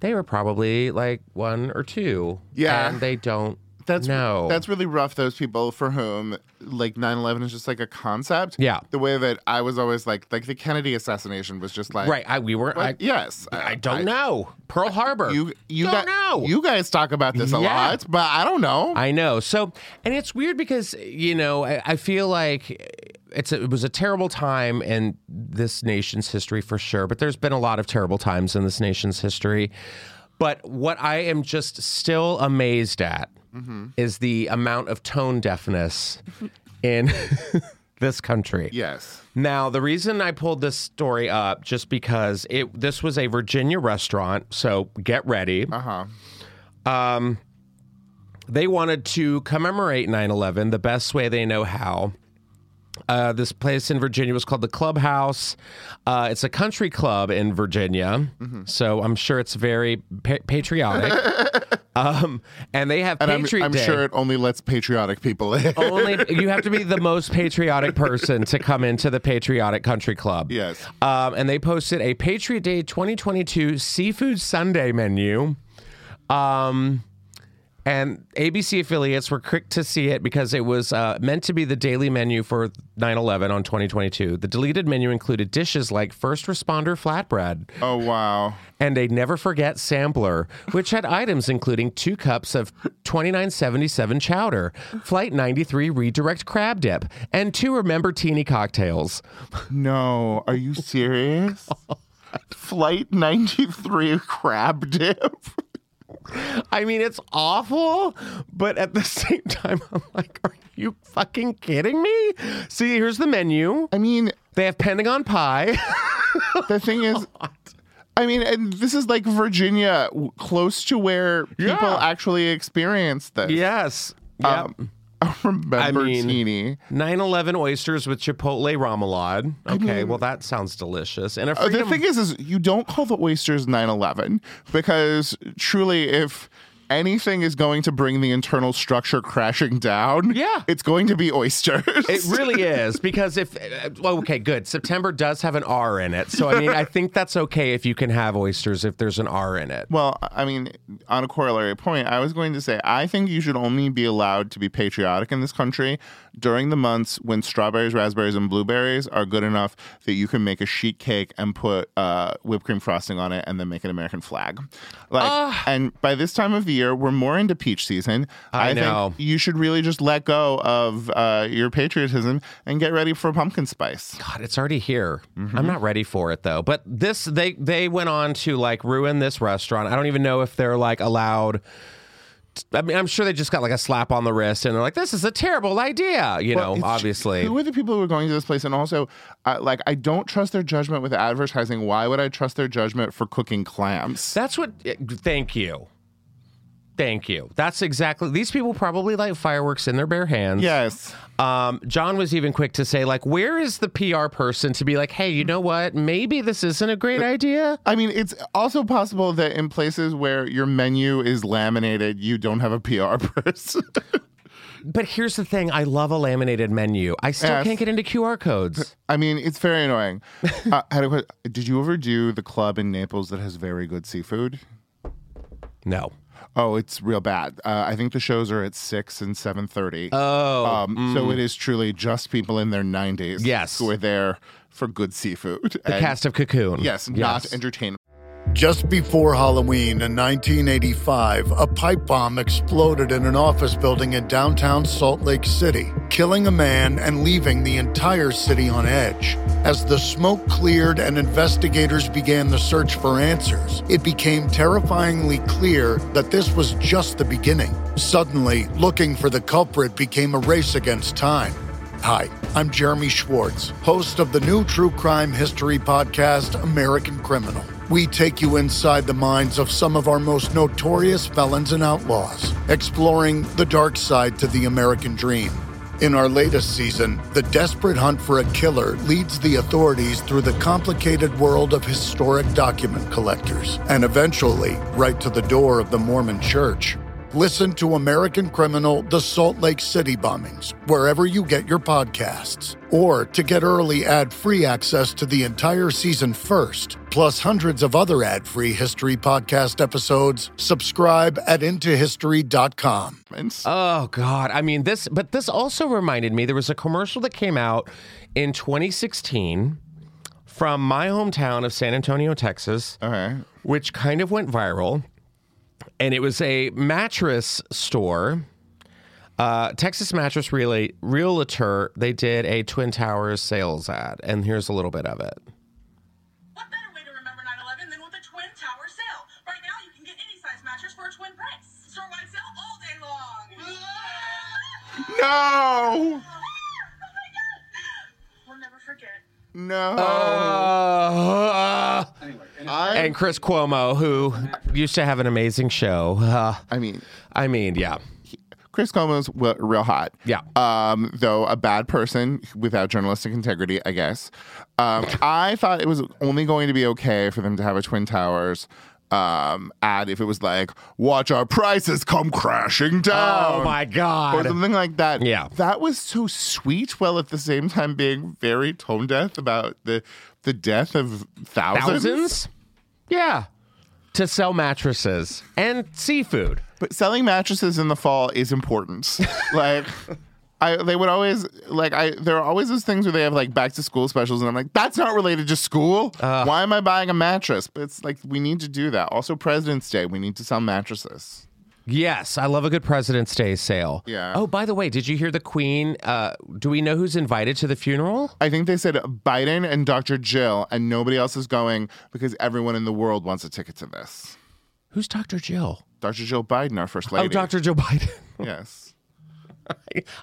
A: they were probably like one or two
B: Yeah.
A: and they don't
B: That's
A: no
B: that's really rough. Those people for whom like 9/11 is just like a concept.
A: Yeah.
B: the way that I was always like like the Kennedy assassination was just like
A: right i we were I,
B: But yes,
A: I don't know pearl harbor
B: You you
A: don't
B: got-
A: know
B: You guys talk about this a
A: Yeah.
B: lot, but I don't know.
A: I know. So, and it's weird because you know I, I feel like it's a, it was a terrible time in this nation's history for sure. But there's been a lot of terrible times in this nation's history. But what I am just still amazed at is the amount of tone deafness in this country.
B: yes.
A: Now, the reason I pulled this story up just because it this was a Virginia restaurant, so get ready. Um,
B: Uh huh.
A: They wanted to commemorate 9 11 the best way they know how. Uh, this place in Virginia was called the Clubhouse. Uh, it's a country club in Virginia,
B: Mm-hmm.
A: so I'm sure it's very pa- patriotic. um, and they have
B: And I'm,
A: Patriot
B: I'm
A: Day.
B: sure it only lets patriotic people in.
A: Only you have to be the most patriotic person to come into the patriotic country club.
B: Yes.
A: Um, and they posted a Patriot Day 2022 seafood Sunday menu. Um, and ABC affiliates were quick to see it because it was uh, meant to be the daily menu for 9 11 on 2022. The deleted menu included dishes like first responder flatbread
B: oh wow.
A: and a never forget sampler, which had items including two cups of 2977 chowder, Flight 93 redirect crab dip, and two remember teeny cocktails.
B: No, are you serious? Flight 93 crab dip.
A: I mean, it's awful, but at the same time, I'm like, are you fucking kidding me? See, here's the menu.
B: I mean,
A: They have Pentagon pie.
B: the thing is I mean, and this is like Virginia, w- close to where people
A: Yeah.
B: actually experience this.
A: yes. Yep.
B: Um, remember
A: I mean-
B: teeny.
A: 9-11 oysters with Chipotle Ramelade. Okay,
B: mean-
A: well, that sounds delicious. And a
B: Uh,
A: freedom
B: The thing is, is you don't call the oysters 9/11 because truly, if anything is going to bring the internal structure crashing down,
A: Yeah.
B: it's going to be oysters.
A: It really is because if uh, well, okay, good. September does have an R in it, so I mean, I think that's okay if you can have oysters if there's an R in it.
B: well, I mean, on a corollary point, I was going to say I think you should only be allowed to be patriotic in this country during the months when strawberries, raspberries, and blueberries are good enough that you can make a sheet cake and put uh, whipped cream frosting on it, and then make an American flag. Like, and by this time of year, we're more into peach season.
A: I
B: think
A: know.
B: you should really just let go of uh, your patriotism and get ready for pumpkin spice.
A: God, it's already here.
B: Mm-hmm.
A: I'm not ready for it though. But this, they they went on to like ruin this restaurant. I don't even know if they're like allowed. I mean, I'm sure they just got like a slap on the wrist, and they're like, "This is a terrible idea," you
B: Well,
A: know.
B: it's ju-
A: Obviously,
B: who are the people who are going to this place? And also, uh, like, I don't trust their judgment with advertising. Why would I trust their judgment for cooking clams?
A: That's what. eh, Thank you. Thank you. That's exactly. These people probably light fireworks in their bare hands.
B: Yes.
A: Um, John was even quick to say, like, where is the PR person to be like, hey, you know what? Maybe this isn't a great idea.
B: I mean, it's also possible that in places where your menu is laminated, you don't have a PR person.
A: But here's the thing I love a laminated menu. I still
B: Yes.
A: can't get into QR codes.
B: I mean, it's very annoying. uh, I had a que- Did you ever do the club in Naples that has very good seafood?
A: No.
B: Oh, it's real bad. Uh, I think the shows are at six and seven thirty.
A: Oh.
B: um, so it is truly just people in their nineties.
A: Yes.
B: who are there for good seafood.
A: the cast of Cocoon.
B: Yes, not entertainment.
D: Just before Halloween in 1985, a pipe bomb exploded in an office building in downtown Salt Lake City, killing a man and leaving the entire city on edge. As the smoke cleared and investigators began the search for answers, it became terrifyingly clear that this was just the beginning. Suddenly, looking for the culprit became a race against time. Hi, I'm Jeremy Schwartz, host of the new true crime history podcast, American Criminal. We take you inside the minds of some of our most notorious felons and outlaws, exploring the dark side to the American dream. In our latest season, the desperate hunt for a killer leads the authorities through the complicated world of historic document collectors and eventually right to the door of the Mormon Church. Listen to American Criminal The Salt Lake City Bombings wherever you get your podcasts. Or to get early ad free access to the entire season first, plus hundreds of other ad free history podcast episodes, subscribe at IntoHistory.com.
B: And s-
A: Oh God! I mean this, but this also reminded me there was a commercial that came out in 2016 from my hometown of San Antonio, Texas,
B: all right.
A: which kind of went viral, and it was a mattress store. Uh, Texas mattress Relay, realtor they did a Twin Towers sales ad, and here's a little bit of it.
E: What better way to remember 9/11 than with a twin tower sale? Right now, you can get any size mattress for a twin price. Store-wide sale all day long.
B: No.
E: oh my God! We'll never forget.
B: No.
A: Uh,
B: I,
A: and Chris Cuomo, who used to have an amazing show. Uh,
B: I mean,
A: I mean, yeah,
B: Chris Cuomo's w- real hot.
A: yeah.
B: Um, though a bad person without journalistic integrity, I guess. Um, I thought it was only going to be okay for them to have a Twin Towers um, ad if it was like, watch our prices come crashing down.
A: Oh my
B: Or
A: god.
B: something like that.
A: Yeah.
B: That was so sweet, while at the same time being very tone deaf about the the death of thousands.
A: Thousands? Yeah. To sell mattresses and seafood.
B: But selling mattresses in the fall is important. like I they would always like I there are always those things where they have like back to school specials and I'm like that's not related to school. Why am I buying a mattress? But it's like we need to do that. Also President's Day, we need to sell mattresses.
A: Yes, I love a good President's Day sale.
B: Yeah.
A: Oh, by the way, did you hear the Queen? Uh, do we know who's invited to the funeral?
B: I think they said Biden and Dr. Jill and nobody else is going because everyone in the world wants a ticket to this.
A: Who's Dr. Jill?
B: Dr. Jill Biden, our first lady.
A: Oh, Dr. Joe Biden.
B: Yes.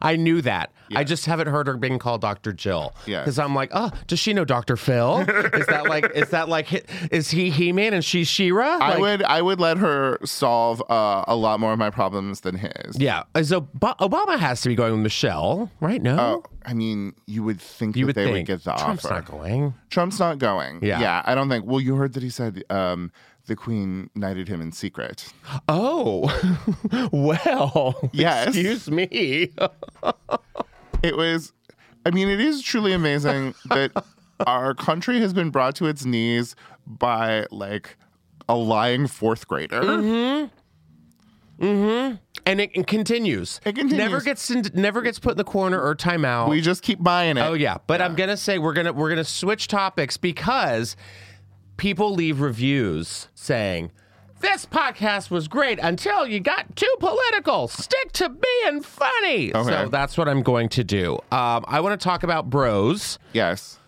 A: I knew that. I just haven't heard her being called Dr. Jill.
B: Yeah.
A: Because I'm like, oh, does she know Dr. Phil? is that like, is that like, hi- is he He Man and she's She Ra?
B: I would I would let her solve uh, a lot more of my problems than his.
A: Yeah. Is Ob- Obama has to be going with Michelle, right? No.
B: Oh, I mean, you would think
A: you
B: that
A: would
B: they would
A: think
B: get the
A: Trump's
B: offer.
A: not going.
B: Trump's not going.
A: Yeah.
B: yeah, I don't think. Well, you heard that he said um, the Queen knighted him in secret.
A: Oh, well.
B: Yes.
A: Excuse me.
B: It was. I mean, it is truly amazing that our country has been brought to its knees by like a lying fourth grader.
A: Mm-hmm. And it, it continues.
B: It continues.
A: Never gets in, never gets put in the corner or timeout.
B: We just keep buying it.
A: oh yeah, but I'm gonna say we're gonna we're gonna switch topics because people leave reviews saying this podcast was great until you got too political. Stick to being funny.
B: Okay.
A: So that's what I'm going to do. Um, I want to talk about Bros,
B: Yes.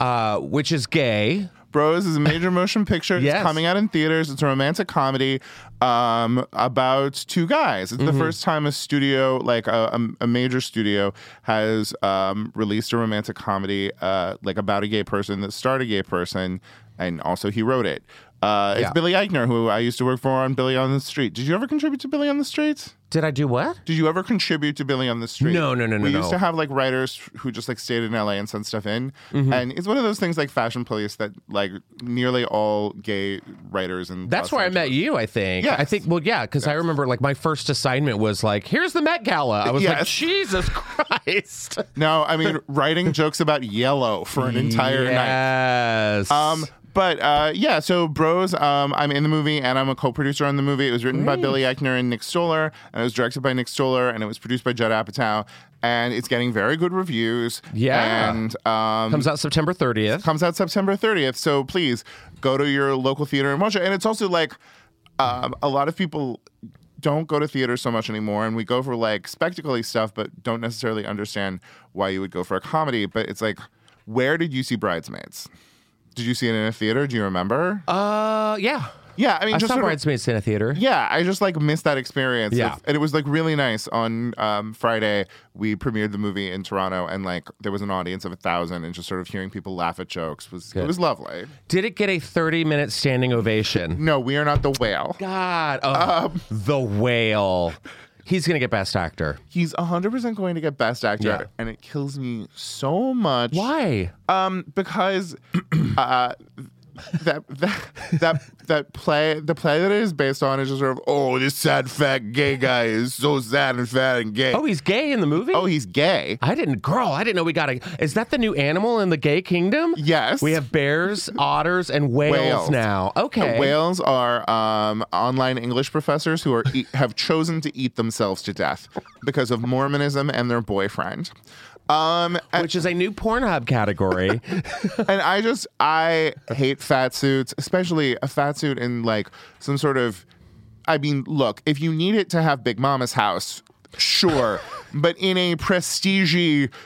A: uh, which is gay.
B: Bros is a major motion picture. It's
A: Yes.
B: coming out in theaters. It's a romantic comedy um, about two guys. It's
A: Mm-hmm.
B: the first time a studio, like a, a- a major studio, has um, released a romantic comedy uh, like about a gay person that starred a gay person, and also he wrote it. Uh, It's
A: Yeah.
B: Billy Eichner, who I used to work for on Billy on the Street. Did you ever contribute to Billy on the Street?
A: Did I do what?
B: Did you ever contribute to Billy on the Street?
A: No, no, no, no,
B: We used
A: no.
B: to have like writers who just like stayed in LA and sent stuff in,
A: Mm-hmm.
B: and it's one of those things like Fashion Police that like nearly all gay writers and
A: That's where I met you, I think.
B: Yes.
A: I think, well, yeah, because I remember like my first assignment was like, here's the Met Gala. I was
B: Yes.
A: like, Jesus Christ.
B: No, I mean writing jokes about yellow for an entire night.
A: yes.
B: Um, but uh, yeah, so Bros, um, I'm in the movie and I'm a co-producer on the movie. It was written by Billy Eichner and Nick Stoller, and it was directed by Nick Stoller, and it was produced by Judd Apatow, and it's getting very good reviews.
A: Yeah.
B: and um,
A: Comes out September 30th.
B: comes out September 30th. So please go to your local theater and watch it. And it's also like um, a lot of people don't go to theaters so much anymore, and we go for like spectacle stuff, but don't necessarily understand why you would go for a comedy. But it's like, where did you see Bridesmaids? Did you see it in a theater? Do you remember?
A: Uh, yeah.
B: yeah, I mean,
A: I
B: just
A: saw
B: sort of-
A: Bridesmaids in a theater.
B: yeah, I just like missed that experience.
A: Yeah.
B: It's- and it was like really nice. On um, Friday, we premiered the movie in Toronto, and like there was an audience of a thousand, and just sort of hearing people laugh at jokes was it was lovely.
A: Did it get a 30 minute standing ovation?
B: No, we are not the whale.
A: God. Oh, the whale. He's going to get Best Actor.
B: He's 100% going to get Best Actor,
A: Yeah.
B: and it kills me so much.
A: Why?
B: Um, because uh, that that that that play the play that it is based on is just sort of oh this sad fat gay guy is so sad and fat and gay.
A: Oh, he's gay in the movie?
B: oh he's gay.
A: I didn't, girl. I didn't know we got a. Is that the new animal in the gay kingdom?
B: Yes.
A: We have bears, otters, and whales,
B: Whales.
A: now. Okay.
B: Whales are um, online English professors who are eat, have chosen to eat themselves to death because of Mormonism and their boyfriend. Um, and,
A: Which is a new Pornhub category.
B: and I just I hate fat suits, especially a fat suit in like some sort of. I mean, look, if you need it to have Big Mama's house, sure, but in a prestige,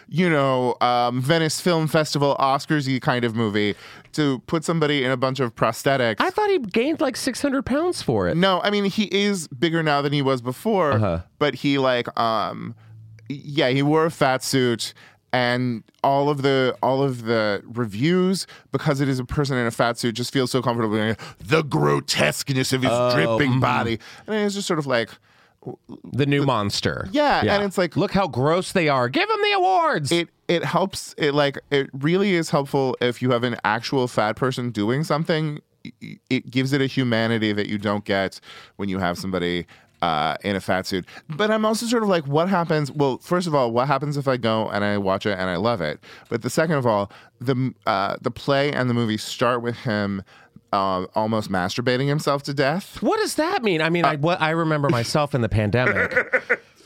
B: you know, um, Venice Film Festival Oscars-y kind of movie, to put somebody in a bunch of prosthetics.
A: I thought he gained like 600 pounds for it.
B: No, I mean he is bigger now than he was before, but he like um yeah, he wore a fat suit and all of the all of the reviews because it is a person in a fat suit just feels so comfortable going, the grotesqueness of his dripping body. And it's just sort of like
A: The new monster.
B: Yeah, and it's like-
A: look how gross they are. Give them the awards.
B: it it helps it like it really is helpful if you have an actual fat person doing something I- it gives it a humanity that you don't get when you have somebody uh, in a fat suit but i'm also sort of like what happens well first of all what happens if i go and i watch it and i love it but the second of all the m- uh, the play and the movie start with him uh, almost masturbating himself to death
A: what does that mean? I mean,
B: Uh,
A: I, what, I remember myself in the pandemic,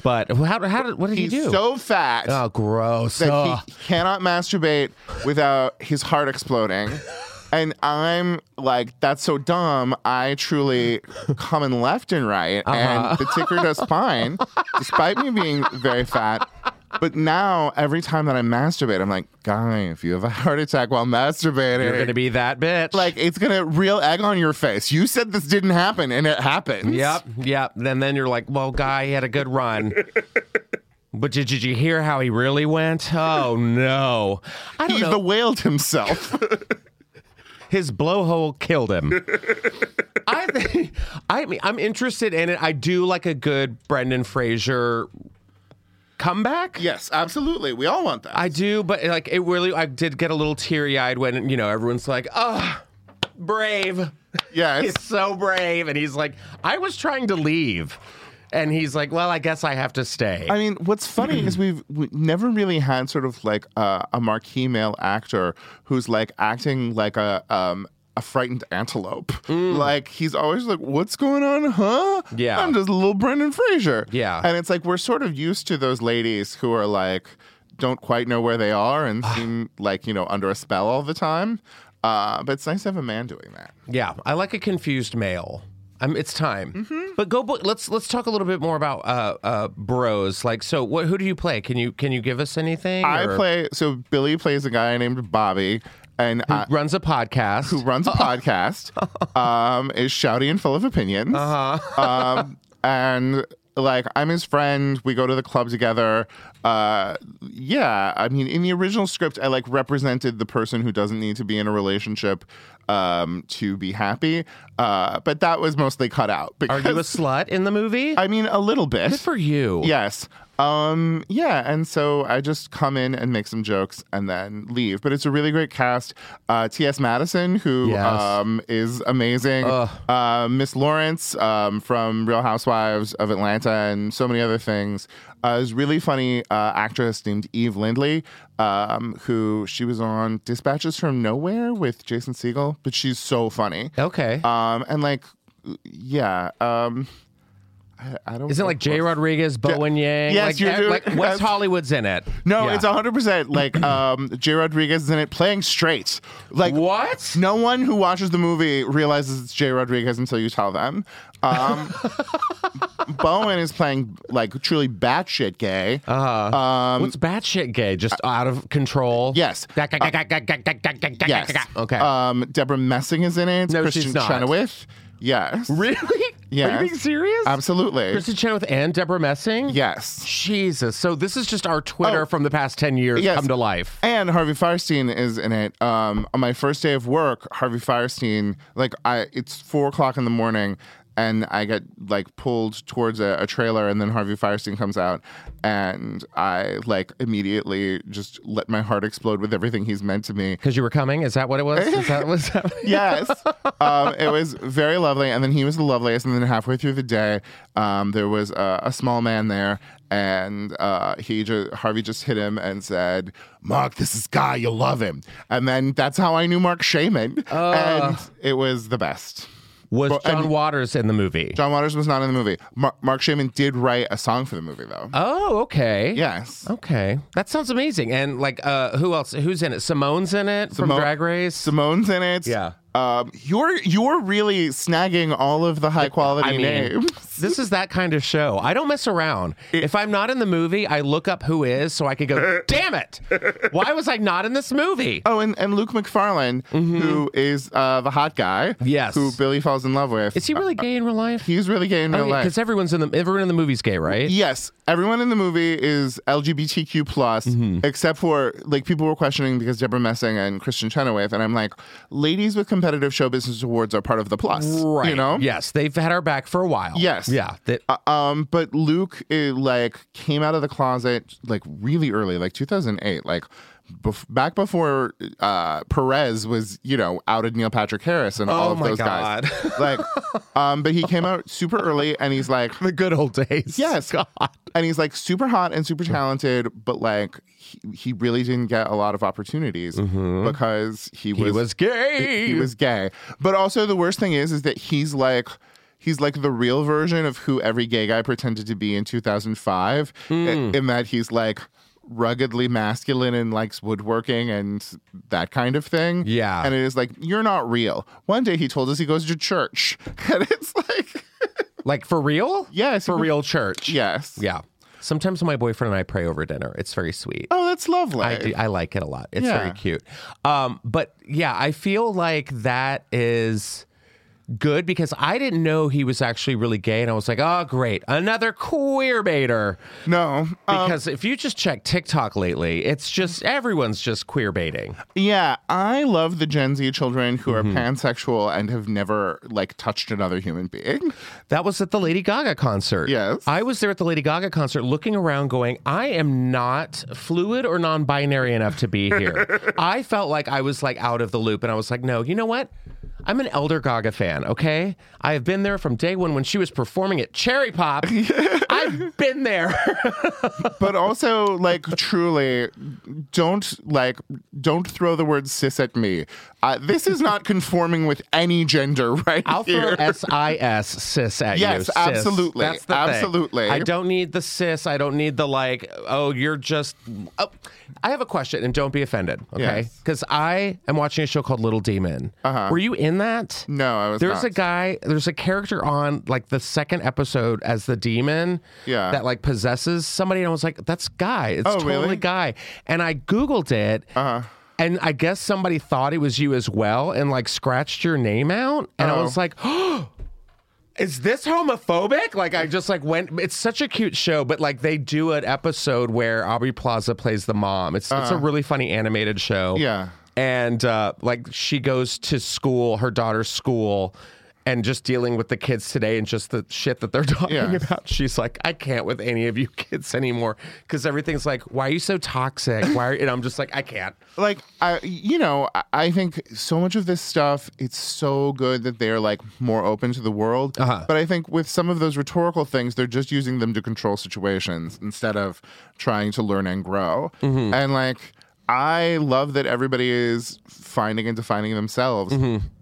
A: but how, how did, what did he
B: he's
A: do?
B: so fat
A: oh, gross. Oh,
B: that
A: Ugh.
B: he cannot masturbate without his heart exploding. And I'm like, that's so dumb. I truly come in left and right,
A: Uh-huh.
B: and the ticker does fine, despite me being very fat. But now, every time that I masturbate, I'm like, guy, if you have a heart attack while masturbating,
A: You're going to be that bitch.
B: like, it's gonna real egg on your face. You said this didn't happen, and it happens.
A: Yep, yep. And then you're like, well, guy, he had a good run. but did, did you hear how he really went? Oh, no. I don't
B: He
A: know.
B: bewailed himself.
A: His blowhole killed him. I, think, I mean, I'm interested in it. I do like a good Brendan Fraser comeback.
B: yes, absolutely. We all want that.
A: I do, but like it really, I did get a little teary eyed when, you know, everyone's like, oh, brave.
B: yes.
A: He's so brave. And he's like, I was trying to leave. And he's like, well, I guess I have to stay.
B: I mean, what's funny is we've we never really had sort of like a, a marquee male actor who's like acting like a um a frightened antelope. Like he's always like, "What's going on, huh?"
A: Mm. Yeah.
B: I'm just a little Brendan Fraser.
A: Yeah.
B: and it's like we're sort of used to those ladies who are like don't quite know where they are and seem like you know under a spell all the time. Uh, but it's nice to have a man doing that.
A: Yeah, I like a confused male. I'm, it's time.
B: Mm-hmm.
A: But go. bo- Let's let's talk a little bit more about uh, uh, bros. Like, so what? Who do you play? Can you can you give us anything?
B: I
A: Or
B: play so Billy plays a guy named Bobby, and I,
A: runs a podcast.
B: who runs a podcast, um, is shouty and full of opinions.
A: Uh-huh.
B: um, and like I'm his friend. We go to the club together. Uh, yeah, I mean, in the original script, I like represented the person who doesn't need to be in a relationship um, to be happy. Uh, but that was mostly cut out
A: Are
B: because
A: you a slut in the movie?
B: I mean, a little bit.
A: Good for you.
B: Yes. Um, yeah, and so I just come in and make some jokes and then leave. But it's a really great cast. Uh, T.S. Madison, who
A: Yes.
B: um, is amazing. Uh, Miss Lawrence um, from Real Housewives of Atlanta and so many other things. Uh, is really funny uh, actress named Eve Lindley, um, who she was on Dispatches from Nowhere with Jason Segel, but she's so funny.
A: Okay.
B: Um, and like, yeah, um, I, I don't.
A: Isn't it like Jay Rodriguez, Bowen Yang?
B: Yes,
A: like,
B: you're
A: eh,
B: doing-
A: like West Hollywood's in it.
B: No,
A: Yeah.
B: it's hundred percent like um, Jay Rodriguez is in it playing straight. Like
A: What?
B: No one who watches the movie realizes it's Jay Rodriguez until you tell them. Um, Bowen is playing like truly batshit gay.
A: Uh,
B: Uh-huh. Um, uh,
A: What's batshit gay? Just out of control.
B: Yes. yes.
A: Okay.
B: Um, Deborah Messing is in it.
A: No,
B: Christian
A: she's not.
B: Chenoweth. Yes.
A: really?
B: Yes.
A: Are you being serious?
B: Absolutely.
A: Kristen Chenoweth and Deborah Messing.
B: yes.
A: Jesus. So this is just our Twitter
B: Oh.
A: from the past 10 years
B: Yes.
A: come to life.
B: And Harvey Firestein is in it. Um, on my first day of work, Harvey Firestein, like I, it's four o'clock in the morning, and I get like pulled towards a, a trailer, and then Harvey Firestein comes out, and I like immediately just let my heart explode with everything he's meant to me.
A: Because you were coming? Is that what it was? Is that was that?
B: Yes, um, it was very lovely, and then he was the loveliest. And then halfway through the day, um, there was a, a small man there, and uh, he ju- Harvey just hit him and said, "Mark, this is guy. You'll love him." And then that's how I knew Mark Shaman, and it was the best.
A: Was
B: Well,
A: John
B: and-
A: Waters in the movie?
B: John Waters was not in the movie. Mar- Mark Shaman did write a song for the movie, though.
A: oh, okay.
B: yes.
A: Okay, that sounds amazing. And like, uh, who else? Who's in it? Simone's in it from
B: Simo-
A: Drag Race.
B: Simone's in it.
A: Yeah.
B: Um, you're you're really snagging all of the high quality
A: I mean,
B: names.
A: this is that kind of show. I don't mess around. if I'm not in the movie, I look up who is so I could go, damn it. Why was I not in this movie?
B: Oh, and, and Luke McFarlane, who is uh, the hot guy.
A: Mm-hmm. Yes.
B: Who Billy falls in love with.
A: Is he really gay in real life?
B: He's really gay in real life.
A: Because everyone's in the everyone in the movie's gay, right?
B: Yes, everyone in the movie is LGBTQ plus,
A: Mm-hmm.
B: except for like people were questioning because Deborah Messing and Christian Chenoweth, and I'm like, ladies with competitive show business awards are part of the plus,
A: Right.
B: You know,
A: Yes, they've had our back for a while.
B: Yes.
A: Yeah. that-
B: Uh, um, but Luke uh like came out of the closet like really early, like 2008, like bef- back before uh, Perez was you know outed Neil Patrick Harris and all
A: Oh
B: of
A: my
B: those
A: God.
B: guys. Like, um, but he came out super early, and he's like,
A: the good old days.
B: Yes. and he's like super hot and super talented, but like he, he really didn't get a lot of opportunities because he was
A: Mm-hmm. He was gay.
B: he was gay. But also the worst thing is is that he's like he's like the real version of who every gay guy pretended to be in 2005 i-
A: Hmm.
B: in that he's like ruggedly masculine and likes woodworking and that kind of thing.
A: Yeah.
B: And it is like you're not real. One day he told us he goes to church. And it's like
A: like for real?
B: Yes.
A: For real church.
B: yes.
A: Yeah. Sometimes my boyfriend and I pray over dinner. It's very sweet.
B: Oh, that's lovely.
A: I do. I like it a lot. It's very
B: Yeah.
A: cute. Um, but yeah, I feel like that is good because I didn't know he was actually really gay, and I was like, oh, great, another queer baiter.
B: No. Um,
A: Because if you just check TikTok lately, it's just everyone's just queer baiting.
B: yeah, I love the Gen Z children who
A: Mm-hmm.
B: are pansexual and have never like touched another human being.
A: That was at the Lady Gaga concert.
B: Yes.
A: I was there at the Lady Gaga concert looking around going, I am not fluid or non binary enough to be here. I felt like I was like out of the loop and I was like, no, you know what? I'm an Elder Gaga fan, okay? I have been there from day one when she was performing at Cherry Pop. I've been there.
B: But also, like, truly, don't like don't throw the word cis at me. Uh, this is not conforming with any gender right
A: Alpha
B: here.
A: S I S cis at you.
B: Yes,
A: cis.
B: absolutely.
A: That's the thing.
B: Absolutely.
A: I don't need the cis. I don't need the like. Oh, you're just. Oh, I have a question, and don't be offended, okay?
B: Yes.
A: Because I am watching a show called Little Demon.
B: Uh-huh.
A: Were you in that?
B: No, I was
A: There's
B: not.
A: a guy. There's a character on like the second episode as the demon.
B: Yeah.
A: That like possesses somebody, and I was like, that's guy. It's
B: Oh,
A: totally
B: really? Uh-huh.
A: guy. And I googled it. Uh huh. And I guess somebody thought it was you as well and like scratched your name out. And I
B: Oh.
A: was like, is this homophobic? Like I just like went. It's such a cute show, but like they do an episode where Aubrey Plaza plays the mom. It's it's a really funny animated show.
B: Uh-huh. Yeah.
A: and uh, like she goes to school, her daughter's school. And just dealing with the kids today and just the shit that they're talking
B: Yeah.
A: about. She's like, I can't with any of you kids anymore because everything's like, why are you so toxic? Why? Are, and I'm just like, I can't.
B: like I, you know, I- I think so much of this stuff. It's so good that they're like more open to the world.
A: Uh-huh.
B: But I think with some of those rhetorical things, they're just using them to control situations instead of trying to learn and grow. And like, I love that everybody is finding and defining themselves.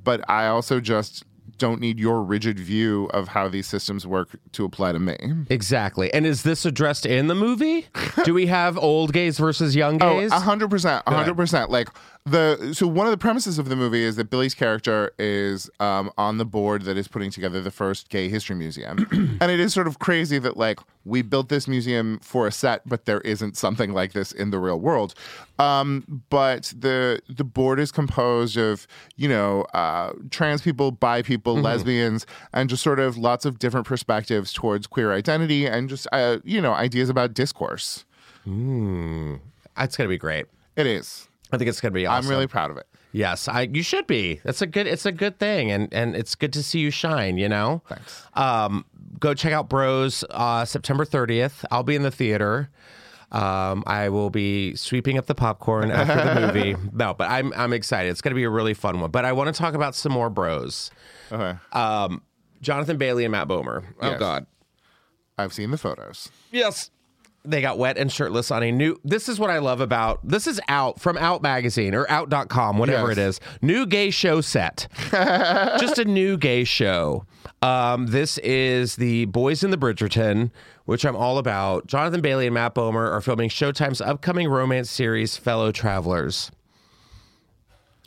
B: But I also just don't need your rigid view of how these systems work to apply to me.
A: Exactly. And is this addressed in the movie? Do we have old gays versus young
B: Oh,
A: gays?
B: a hundred percent, a hundred percent. Like the so one of the premises of the movie is that Billy's character is um, on the board that is putting together the first gay history museum, and it is sort of crazy that like we built this museum for a set, but there isn't something like this in the real world. Um, but the the board is composed of you know uh, trans people, bi people, lesbians, and just sort of lots of different perspectives towards queer identity and just uh, you know ideas about discourse.
A: It's gonna be great.
B: It is.
A: I think it's gonna be awesome.
B: I'm really proud of it.
A: Yes, I you should be. That's a good it's a good thing and and it's good to see you shine, you know. Thanks. Um go check out Bros uh September 30th. I'll be in the theater. Um I will be sweeping up the popcorn after the movie. No, but I'm I'm excited. It's going to be a really fun one. But I want to talk about some more Bros.
B: Okay.
A: Um Jonathan Bailey and Matt Bomer. Oh
B: Yes.
A: god.
B: I've seen the photos.
A: Yes. They got wet and shirtless on a new. This is what I love about this is out from Out Magazine or out.com, whatever
B: Yes.
A: it is. New gay show set. Just a new gay show. Um, this is the Boys in the Bridgerton, which I'm all about. Jonathan Bailey and Matt Bomer are filming Showtime's upcoming romance series, Fellow Travelers.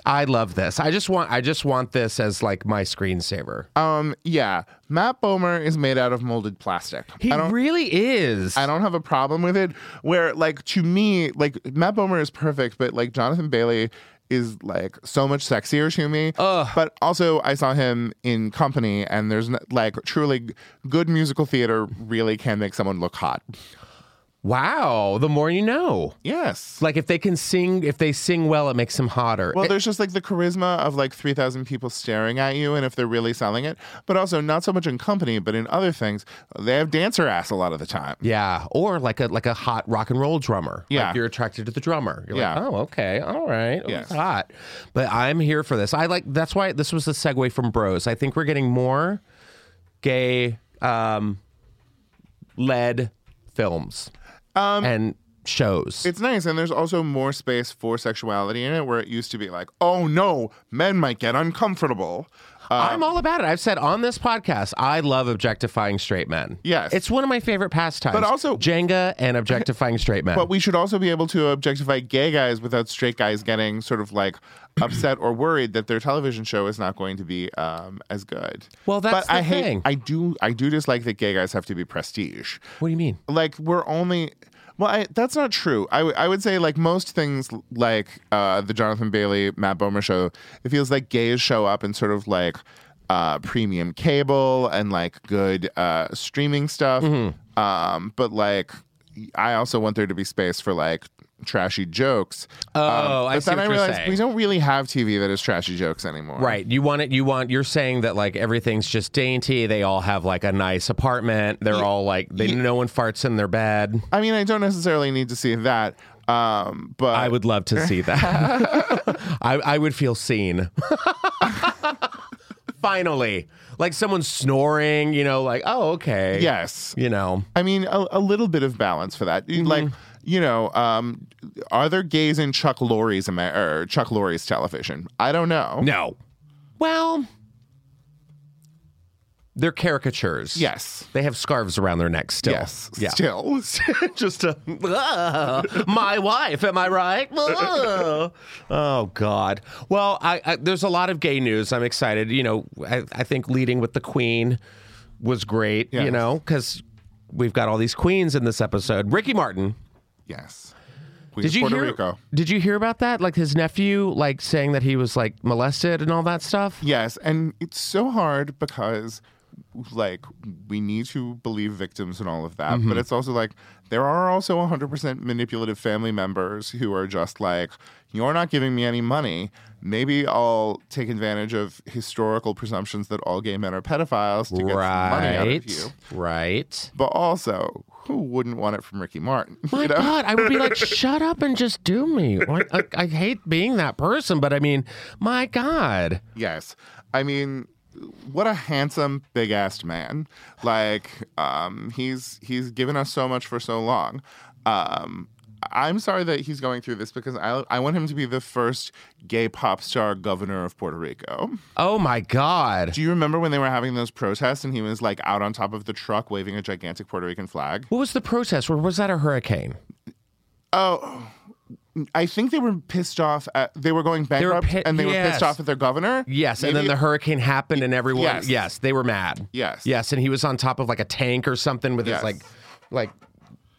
A: I love this. I just want I just want this as like my screensaver.
B: Um, yeah, Matt Bomer is made out of molded plastic.
A: he
B: I don't,
A: really is.
B: I don't have a problem with it. Where like to me, like Matt Bomer is perfect, but like Jonathan Bailey is like so much sexier to me. But also, I saw him in Company, and there's n- like truly g- good musical theater really can make someone look hot.
A: wow, the more you know.
B: Yes.
A: Like if they can sing, if they sing well, it makes them hotter.
B: Well, there's just like the charisma of like 3,000 people staring at you, and if they're really selling it, but also not so much in company, but in other things, they have dancer ass a lot of the time.
A: yeah, or like a like a hot rock and roll drummer.
B: Yeah.
A: like you're attracted to the drummer. You're
B: Yeah.
A: like, oh, okay, all right, oh,
B: Yes.
A: it's hot. But I'm here for this. I like that's why this was the segue from Bros. I think we're getting more gay um, led films um, and shows.
B: It's nice, and there's also more space for sexuality in it where it used to be like, oh no, men might get uncomfortable. Uh,
A: I'm all about it. I've said on this podcast, I love objectifying straight men.
B: Yes.
A: it's one of my favorite pastimes.
B: But also-
A: Jenga and objectifying straight men.
B: but we should also be able to objectify gay guys without straight guys getting sort of like upset or worried that their television show is not going to be um, as good.
A: Well, that's
B: but I
A: the
B: hate,
A: thing.
B: I do, I do dislike that gay guys have to be prestige.
A: what do you mean?
B: like we're only well I, that's not true I, w- I would say like most things like uh, the jonathan bailey matt bomer show it feels like gays show up in sort of like uh, premium cable and like good uh, streaming stuff
A: Mm-hmm.
B: um, but like i also want there to be space for like trashy jokes
A: Oh,
B: Um,
A: I
B: but
A: see
B: then
A: what
B: i
A: you're
B: realized
A: saying.
B: we don't really have tv that is trashy jokes anymore
A: Right. You want it. You want. You're saying that like everything's just dainty. They all have like a nice apartment. They're all like. They, no one farts in their bed.
B: i mean i don't necessarily need to see that um, but
A: I would love to see that. I, I would feel seen. Finally, like someone snoring. You know, like oh okay.
B: yes
A: You know.
B: I mean, a, a little bit of balance for that.
A: Mm-hmm.
B: Like, you know, um, are there gays in Chuck Lorre's Amer- or Chuck Lorre's television? I don't know.
A: No. Well, they're caricatures.
B: Yes.
A: They have scarves around their necks still.
B: Yes.
A: Yeah.
B: Still.
A: just a my wife am i right Ugh. oh god well I, I there's a lot of gay news i'm excited you know i, I think leading with the queen was great you
B: Yes.
A: know because we've got all these queens in this episode ricky martin
B: yes. Queen
A: did
B: of
A: you
B: Puerto
A: hear
B: Rico.
A: did you hear about that like his nephew like saying that he was like molested and all that stuff
B: Yes, and it's so hard because like we need to believe victims and all of that, but it's also like there are also 100% manipulative family members who are just like you're not giving me any money. Maybe I'll take advantage of historical presumptions that all gay men are pedophiles to get some money out of you.
A: right right
B: But also, who wouldn't want it from Ricky Martin?
A: My
B: you know?
A: God, I would be like, shut up and just do me. I, I, I hate being that person, but I mean, my God.
B: Yes. I mean, what a handsome, big assed man. Like, um, he's he's given us so much for so long. Um, I'm sorry that he's going through this because I I want him to be the first gay pop star governor of Puerto Rico.
A: Oh my God.
B: Do you remember when they were having those protests and he was like out on top of the truck waving a gigantic Puerto Rican flag?
A: What was the protest? Or was that a hurricane? Oh,
B: I think they were pissed off at they were going
A: were
B: bankrupt
A: pi-
B: and they were
A: yes.
B: pissed off at their governor.
A: Yes. and then
B: Maybe-
A: the hurricane happened and everyone, yes.
B: Yes.
A: they were mad.
B: Yes.
A: Yes. And he was on top of like a tank or something with
B: Yes.
A: his like, like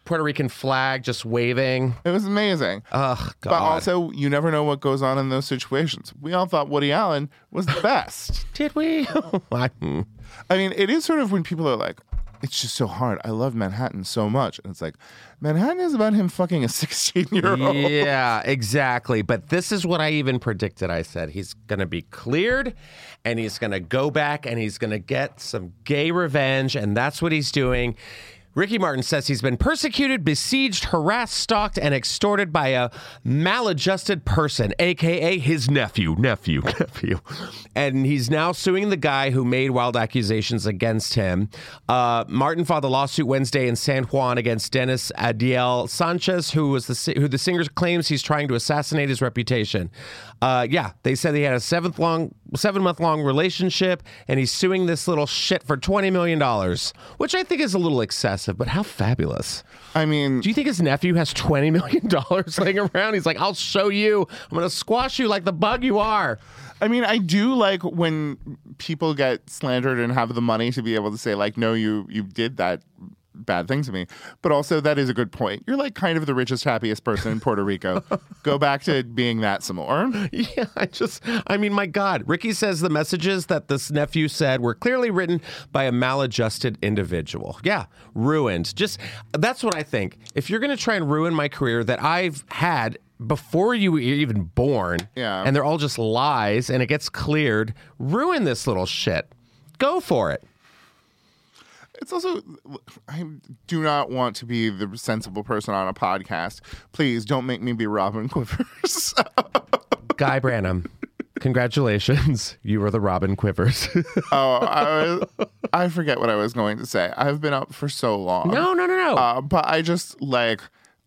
A: Puerto Rican flag just waving.
B: it was amazing.
A: Ugh, God.
B: But also, you never know what goes on in those situations. We all thought Woody Allen was the best.
A: Did we? Oh, I-
B: I mean, it is sort of when people are like, it's just so hard. I love Manhattan so much. And it's like, Manhattan is about him fucking a 16 year old.
A: Yeah, exactly. But this is what I even predicted. I said he's going to be cleared and he's going to go back and he's going to get some gay revenge. And that's what he's doing. Ricky Martin says he's been persecuted, besieged, harassed, stalked, and extorted by a maladjusted person, aka his nephew, nephew, nephew. And he's now suing the guy who made wild accusations against him. Uh, Martin filed a lawsuit Wednesday in San Juan against Dennis Adiel Sanchez, who was the si- who the singer claims he's trying to assassinate his reputation. Uh, yeah, they said he had a seventh long, seven month long relationship, and he's suing this little shit for twenty million dollars, which I think is a little excessive. But how fabulous!
B: I mean,
A: Do you think his nephew has twenty million dollars laying around? He's like, I'll show you. I'm gonna squash you like the bug you are.
B: I mean, I do like when people get slandered and have the money to be able to say like, no, you you did that bad thing to me. But also, that is a good point. You're like kind of the richest, happiest person in Puerto Rico. Go back to being that some more.
A: Yeah, I just, I mean, my God. Ricky says the messages that this nephew said were clearly written by a maladjusted individual. Yeah, ruined. Just, that's what I think. If you're going to try and ruin my career that I've had before you were even born,
B: Yeah.
A: and they're all just lies and it gets cleared, ruin this little shit. Go for it.
B: It's also, I do not want to be the sensible person on a podcast. Please don't make me be Robin Quivers.
A: Guy Branham, congratulations. You were the Robin Quivers.
B: oh, I, was, I forget what I was going to say. I've been up for so long.
A: no, no, no, no.
B: Uh, but I just like,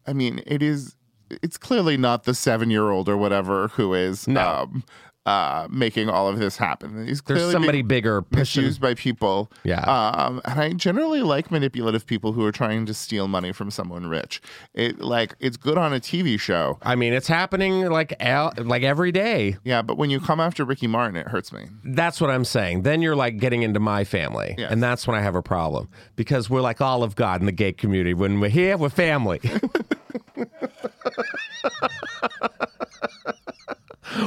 B: I mean, it is, it's clearly not the seven year old or whatever who is um, uh, making all of this happen. He's
A: There's
B: clearly
A: somebody
B: being
A: bigger pushing.
B: misused by people.
A: Yeah.
B: Um, and I generally like manipulative people who are trying to steal money from someone rich. It like, it's good on a TV show.
A: I mean, it's happening like el- like every day.
B: Yeah. But when you come after Ricky Martin, it hurts me.
A: That's what I'm saying. Then you're like getting into my family.
B: Yes.
A: And that's when I have a problem because we're like all of God in the gay community. When we're here, we're family.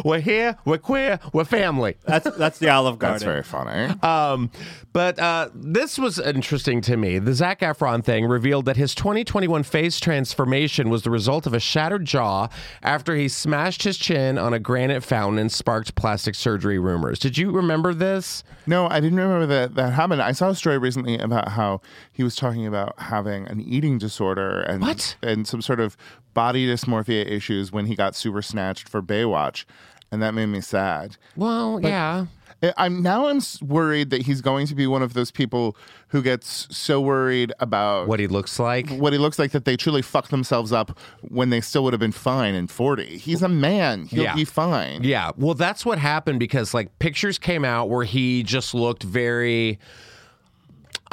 A: we're here, we're queer, we're family.
C: That's that's the Olive Garden.
B: That's very funny. Uh,
A: Um, but uh, this was interesting to me. The Zach Efron thing revealed that his 2021 face transformation was the result of a shattered jaw after he smashed his chin on a granite fountain and sparked plastic surgery rumors. Did you remember this?
B: No, I didn't remember that that happened. I saw a story recently about how he was talking about having an eating disorder and
A: What?
B: and some sort of body dysmorphia issues when he got super snatched for Baywatch, and that made me sad.
A: Well, yeah.
B: I- Eh, I'm now I'm s- worried that he's going to be one of those people who gets so worried about
A: What he looks like.
B: what he looks like that they truly fuck themselves up when they still would have been fine in 40. He's a man. He'll
A: Yeah.
B: be fine.
A: Yeah. Well, that's what happened because like pictures came out where he just looked very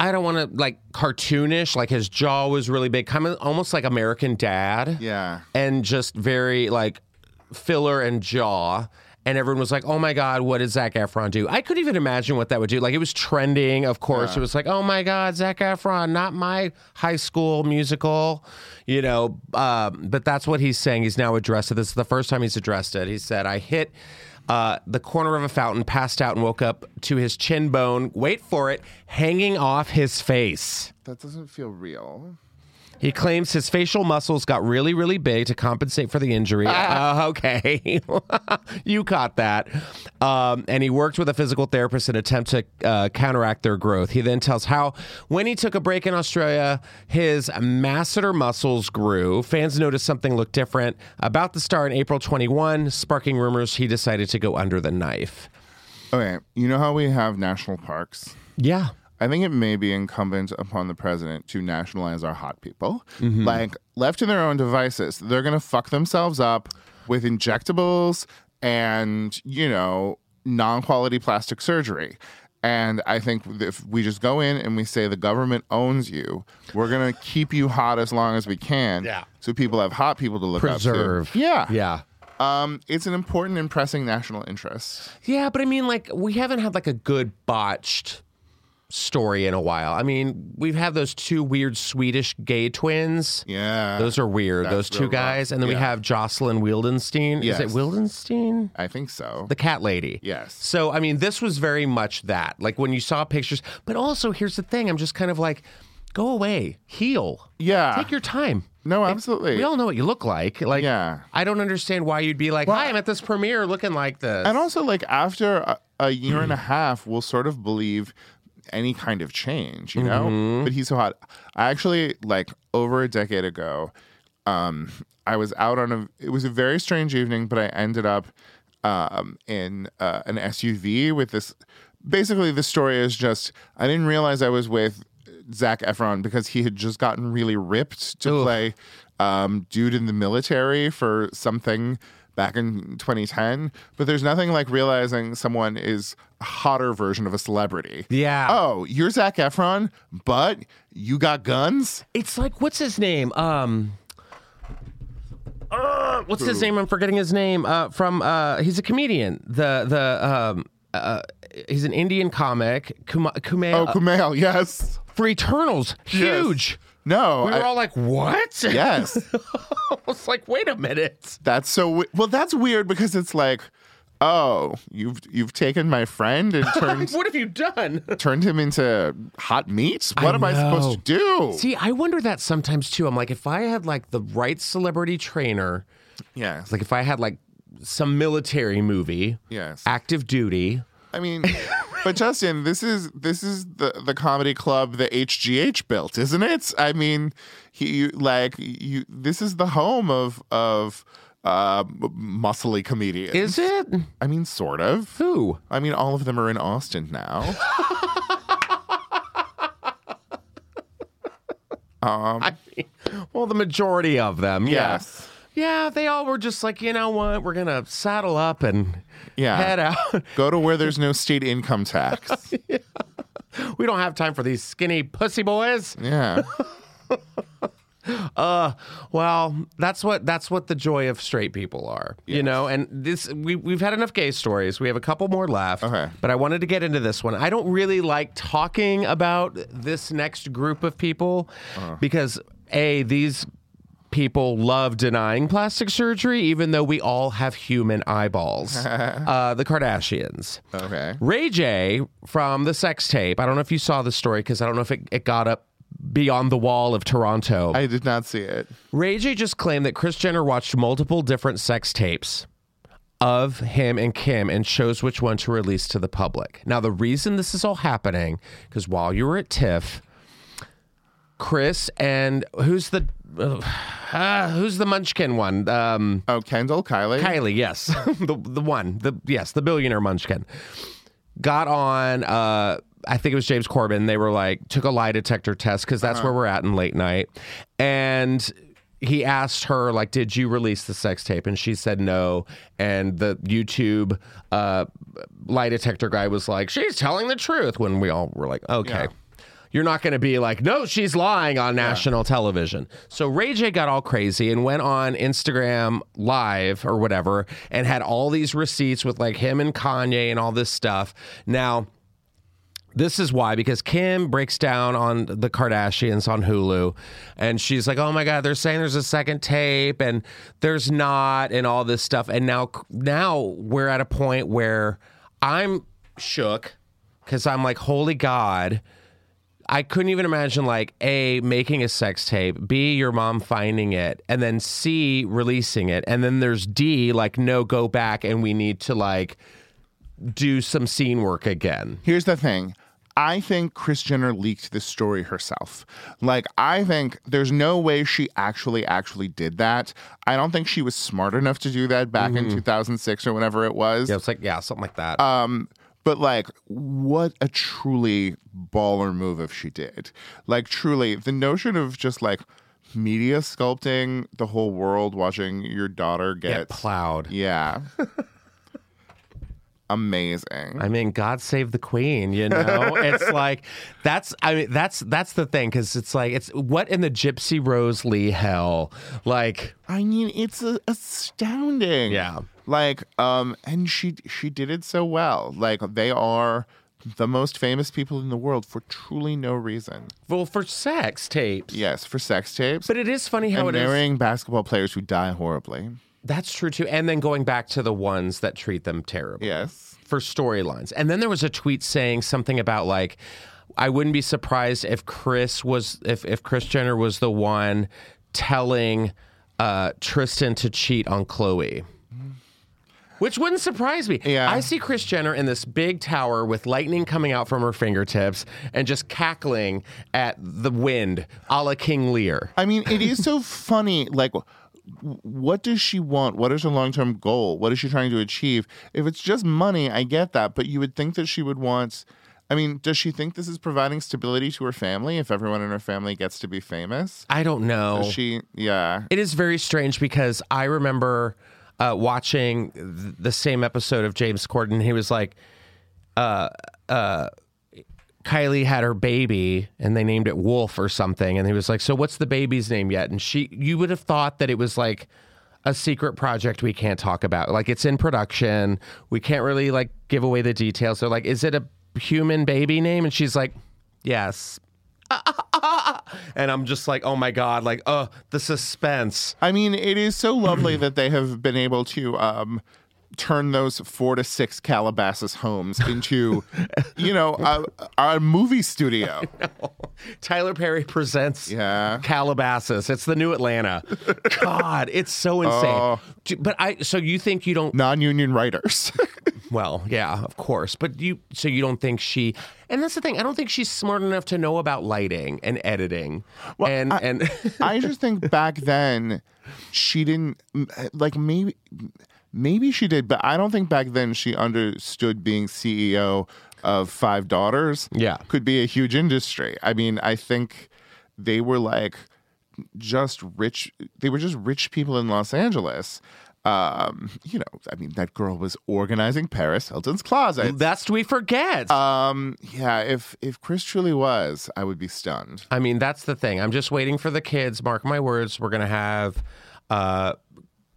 A: I don't want to like cartoonish, like his jaw was really big, kind of almost like American Dad.
B: Yeah.
A: And just very like filler and jaw. And everyone was like, oh my God, what did Zach Efron do? I couldn't even imagine what that would do. Like, it was trending, of course. It was like, oh my God, Zach Efron, not my high school musical, you know. Um, but that's what he's saying. He's now addressed it. This is the first time he's addressed it. He said, I hit uh, the corner of a fountain, passed out, and woke up to his chin bone, wait for it, hanging off his face.
B: That doesn't feel real.
A: He claims his facial muscles got really, really big to compensate for the injury. Uh, okay. you caught that. Um, and he worked with a physical therapist in an attempt to uh, counteract their growth. He then tells how, when he took a break in Australia, his masseter muscles grew. Fans noticed something looked different about the star in April 21, sparking rumors he decided to go under the knife.
B: Okay, you know how we have national parks?
A: Yeah.
B: I think it may be incumbent upon the president to nationalize our hot people.
A: Mm-hmm.
B: Like, left to their own devices, they're going to fuck themselves up with injectables and, you know, non quality plastic surgery. And I think if we just go in and we say the government owns you, we're going to keep you hot as long as we can.
A: Yeah.
B: So people have hot people to look up
A: Preserve.
B: to. Yeah.
A: Yeah.
B: Um, it's an important and pressing national interest.
A: Yeah, but I mean, like, we haven't had like a good botched story in a while. I mean, we've had those two weird Swedish gay twins.
B: Yeah.
A: Those are weird,
B: That's
A: those two
B: real
A: guys.
B: rough.
A: And then we
B: Yeah.
A: have Jocelyn Wildenstein. Is
B: Yes.
A: it Wildenstein?
B: I think so.
A: The cat lady.
B: Yes.
A: So, I mean, this was very much that. Like when you saw pictures, but also here's the thing I'm just kind of like, Go away. Heal.
B: Yeah.
A: Take your time.
B: No, absolutely.
A: We all know what you look like. Like,
B: Yeah.
A: I don't understand why you'd be like, "Hi, I'm at this premiere looking like this."
B: and also, like after a, a year and a half, we'll sort of believe any kind of change, you know. But he's so hot. I actually like over a decade ago. Um, I was out on a. It was a very strange evening, but I ended up um, in uh, an SUV with this. Basically, the story is just I didn't realize I was with Zach Efron because he had just gotten really ripped to play um, dude in the military for something back in 2010. But there's nothing like realizing someone is a hotter version of a celebrity.
A: Yeah.
B: Oh, you're Zach Efron, but you got guns?
A: It's like what's his name? Um uh, what's his name? I'm forgetting his name. Uh from uh he's a comedian. The the um uh, he's an Indian comic. Kuma, Kumail
B: Oh, Kumail, yes.
A: for Eternals, huge.
B: No.
A: We were
B: I-
A: all like, "What?"
B: yes.
A: I was like, "Wait a minute."
B: That's so we- well. That's weird because it's like, oh, you've you've taken my friend and turned
A: What have you done?
B: turned him into hot meat. What am I supposed to do?
A: See, I wonder that sometimes too. I'm like, if I had like the right celebrity trainer,
B: yes,
A: like if I had like some military movie,
B: yes.
A: active duty,
B: I mean, but Justin, this is this is the the comedy club that HGH built, isn't it? I mean, he you, like you. This is the home of of uh, m- muscly comedians.
A: is it?
B: I mean, sort of.
A: Who?
B: I mean, all of them are in Austin now.
A: I mean, well, the majority of them. yeah.
B: Yes.
A: Yeah, they all were just like, you know what? We're going to saddle up and
B: Yeah.
A: head out.
B: Go to where there's no state income tax.
A: we don't have time for these skinny pussy boys.
B: Yeah.
A: uh, Well, that's what that's what the joy of straight people are, you know. And this we we've had enough gay stories. We have a couple more left.
B: Okay.
A: But I wanted to get into this one. I don't really like talking about this next group of people because a these people love denying plastic surgery, even though we all have human eyeballs. uh, the Kardashians.
B: Okay.
A: Ray J from the sex tape. I don't know if you saw the story because I don't know if it, it got up beyond the wall of Toronto.
B: I did not see it.
A: Ray J just claimed that Chris Jenner watched multiple different sex tapes of him and Kim and chose which one to release to the public. Now, the reason this is all happening, because while you were at TIFF, Chris and who's the uh, ah, who's the Munchkin one? Um,
B: Oh, Kendall, Kylie.
A: Kylie, yes, the the one, the yes, the billionaire Munchkin got on. Uh, I think it was James Corbin. They were like took a lie detector test because that's where we're at in late night, and he asked her like, "Did you release the sex tape?" And she said no. And the YouTube uh, lie detector guy was like, "She's telling the truth." When we all were like, "Okay." You're not going to be like, no, she's lying on national television. So Ray J got all crazy and went on Instagram Live or whatever and had all these receipts with like him and Kanye and all this stuff. Now, this is why because Kim breaks down on the Kardashians on Hulu and she's like, "Oh my god, they're saying there's a second tape and there's not and all this stuff." And now now we're at a point where I'm shook cuz I'm like, "Holy god, I couldn't even imagine like A making a sex tape, B your mom finding it, and then C releasing it. And then there's D like, "No, go back and we need to like do some scene work again."
B: Here's the thing. I think Kris Jenner leaked this story herself. Like, I think there's no way she actually actually did that. I don't think she was smart enough to do that back in 2006 or whenever it was.
A: Yeah, it's like yeah, something like that.
B: But like, what a truly baller move if she did. Like, truly, the notion of just like media sculpting the whole world, watching your daughter
A: Get
B: get
A: plowed.
B: Yeah. Amazing.
A: I mean, God save the queen. You know, it's like that's. I mean, that's that's the thing because it's like it's what in the Gypsy Rose Lee hell. Like,
B: I mean, it's a- astounding.
A: Yeah.
B: Like, um, and she she did it so well. Like, they are the most famous people in the world for truly no reason.
A: well, for sex tapes.
B: Yes, for sex tapes.
A: But it is funny how
B: and
A: it is.
B: marrying basketball players who die horribly.
A: That's true too. And then going back to the ones that treat them terribly.
B: Yes.
A: for storylines. And then there was a tweet saying something about like I wouldn't be surprised if Chris was if if Chris Jenner was the one telling uh, Tristan to cheat on Chloe. Which wouldn't surprise me.
B: Mm-hmm. Yeah.
A: I see Chris Jenner in this big tower with lightning coming out from her fingertips and just cackling at the wind, a la King Lear.
B: I mean, it is so funny. Like, w- what does she want? What is her long term goal? What is she trying to achieve? If it's just money, I get that. But you would think that she would want. I mean, does she think this is providing stability to her family if everyone in her family gets to be famous?
A: I don't know.
B: She, yeah.
A: It is very strange because I remember uh, watching th- the same episode of James Corden. He was like, uh, uh, Kylie had her baby and they named it Wolf or something. And he was like, So what's the baby's name yet? And she, you would have thought that it was like a secret project we can't talk about. Like it's in production. We can't really like give away the details. They're like, Is it a human baby name? And she's like, Yes. And I'm just like, oh my God, like, oh, the suspense.
B: I mean, it is so lovely that they have been able to um, turn those four to six Calabasas homes into, you know, a, a movie studio.
A: Tyler Perry presents
B: Yeah.
A: Calabasas. It's the new Atlanta. God, it's so insane.
B: Oh.
A: Do- But I so you think you don't
B: Non union writers.
A: well, yeah, of course. But you so you don't think she and that's the thing, I don't think she's smart enough to know about lighting and editing. and and
B: I just think back then she didn't m- like maybe maybe she did, but I don't think back then she understood being CEO of five daughters.
A: Yeah.
B: could be a huge industry. I mean, I think they were like just rich. They were just rich people in Los Angeles. Um, you know, I mean, that girl was organizing Paris Hilton's closet.
A: that's we forget.
B: Um, yeah, if if Chris truly was, I would be stunned.
A: I mean, that's the thing. I'm just waiting for the kids. Mark my words, we're gonna have uh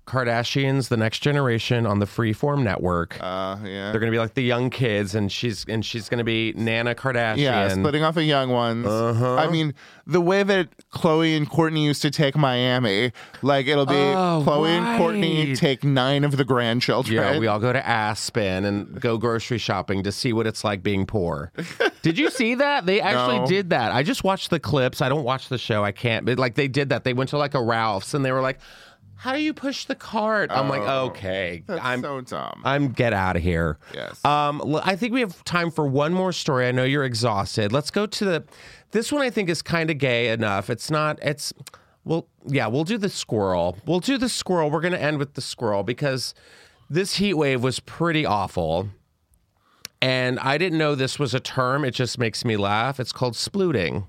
A: Kardashians, the next generation on the Freeform network.
B: Uh, yeah.
A: They're gonna be like the young kids, and she's and she's gonna be Nana Kardashian.
B: Yeah, splitting off a young one.
A: Uh-huh.
B: I mean, the way that Chloe and Courtney used to take Miami, like it'll be
A: Oh,
B: Chloe and Courtney
A: right.
B: take nine of the grandchildren.
A: yeah, we all go to Aspen and go grocery shopping to see what it's like being poor. did you see that? They actually
B: No.
A: did that. I just watched the clips. I don't watch the show. I can't. But like they did that. They went to like a Ralph's and they were like, "How do you push the cart?" I'm like,
B: Oh,
A: "Okay,
B: That's
A: I'm
B: so dumb.
A: I'm get out of here.
B: Yes.
A: Um, l- I think we have time for one more story. I know you're exhausted. Let's go to the. This one I think is kind of gay enough. It's not. It's. Well, yeah, we'll do the squirrel. We'll do the squirrel. We're going to end with the squirrel because this heat wave was pretty awful. And I didn't know this was a term. It just makes me laugh. It's called splooting.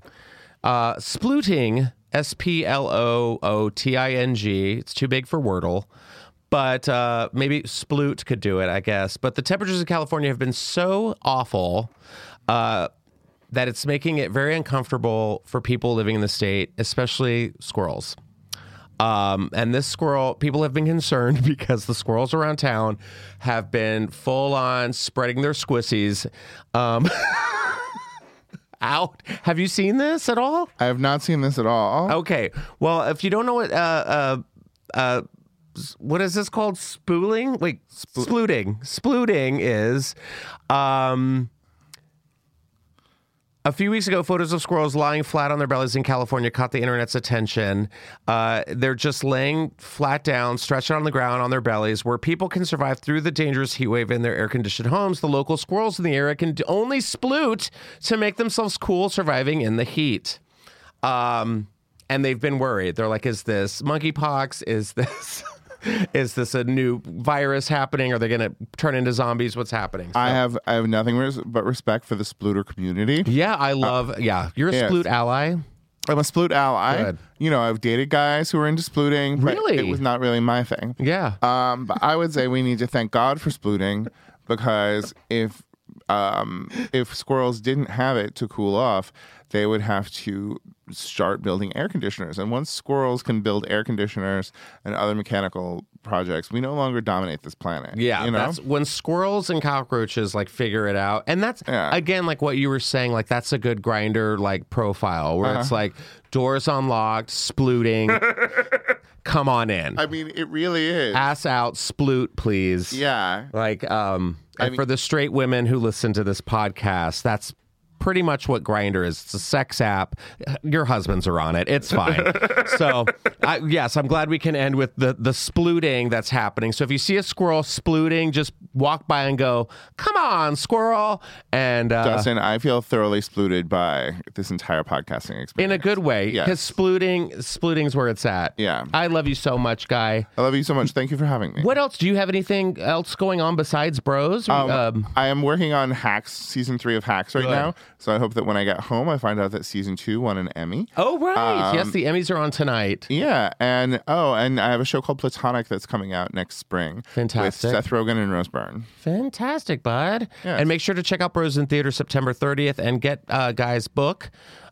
A: Uh, splooting, S P L O O T I N G. It's too big for Wordle, but uh, maybe sploot could do it, I guess. But the temperatures in California have been so awful uh, that it's making it very uncomfortable for people living in the state, especially squirrels. Um, and this squirrel, people have been concerned because the squirrels around town have been full on spreading their squissies um, out. Have you seen this at all?
B: I have not seen this at all.
A: Okay. Well, if you don't know what uh uh uh s- what is this called? Spooling? Wait, splooting. Splooting is um a few weeks ago, photos of squirrels lying flat on their bellies in California caught the internet's attention. Uh, they're just laying flat down, stretched out on the ground on their bellies, where people can survive through the dangerous heat wave in their air conditioned homes. The local squirrels in the area can d- only sploot to make themselves cool surviving in the heat. Um, and they've been worried. They're like, is this monkeypox? Is this is this a new virus happening? Are they gonna turn into zombies? What's happening?
B: I have I have nothing res- but respect for the splooter community.
A: yeah, I love yeah. You're a
B: yes.
A: sploot ally.
B: I'm a sploot ally.
A: Good.
B: You know, I've dated guys who were into splooting. but
A: Really?
B: it was not really my thing.
A: Yeah.
B: Um, but I would say we need to thank God for splooting because if um, if squirrels didn't have it to cool off, they would have to start building air conditioners. And once squirrels can build air conditioners and other mechanical projects, we no longer dominate this planet.
A: Yeah,
B: you know.
A: that's when squirrels and cockroaches like figure it out, and that's
B: Yeah.
A: again like what you were saying. Like that's a good grinder like profile where it's
B: Uh-huh.
A: like doors unlocked, splooting, come on in,
B: I mean, it really is.
A: ass out, sploot, please.
B: yeah.
A: Ah. like um, and for the straight women who listen to this podcast, that's pretty much what Grinder is. It's a sex app. Your husbands are on it. It's fine. so, I, yes, I'm glad we can end with the the splooting that's happening. So if you see a squirrel splooting, just walk by and go, "Come on, squirrel!" And uh,
B: Justin, I feel thoroughly splooted by this entire podcasting experience.
A: in a good way,
B: Yes.
A: because splooting splooting's where it's at.
B: Yeah.
A: I love you so much, guy.
B: I love you so much. Thank you for having me.
A: What else? Do you have anything else going on besides Bros?
B: Um, I am working on Hacks, season three of Hacks right
A: Good.
B: now. So I hope that when I get home, I find out that season two won an Emmy.
A: oh, right. yes,
B: um,
A: the Emmys are on tonight.
B: Yeah, and oh, and I have a show called Platonic that's coming out next spring.
A: Fantastic.
B: With Seth Rogen and Rose Byrne.
A: Fantastic, bud.
B: Yes.
A: And make sure to check out Bros in Theater September 30th and get uh, Guy's book,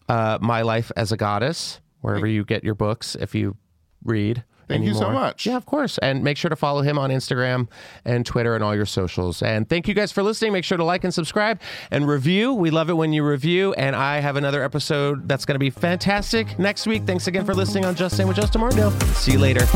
A: uh, My Life as a Goddess, wherever you get your books if you read.
B: Thank you so
A: anymore.
B: much.
A: Yeah, of course. And make sure to follow him on Instagram and Twitter and all your socials. And thank you guys for listening. Make sure to like and subscribe and review. We love it when you review. And I have another episode that's going to be fantastic next week. Thanks again for listening on Just Saying with Justin Martindale. See you later.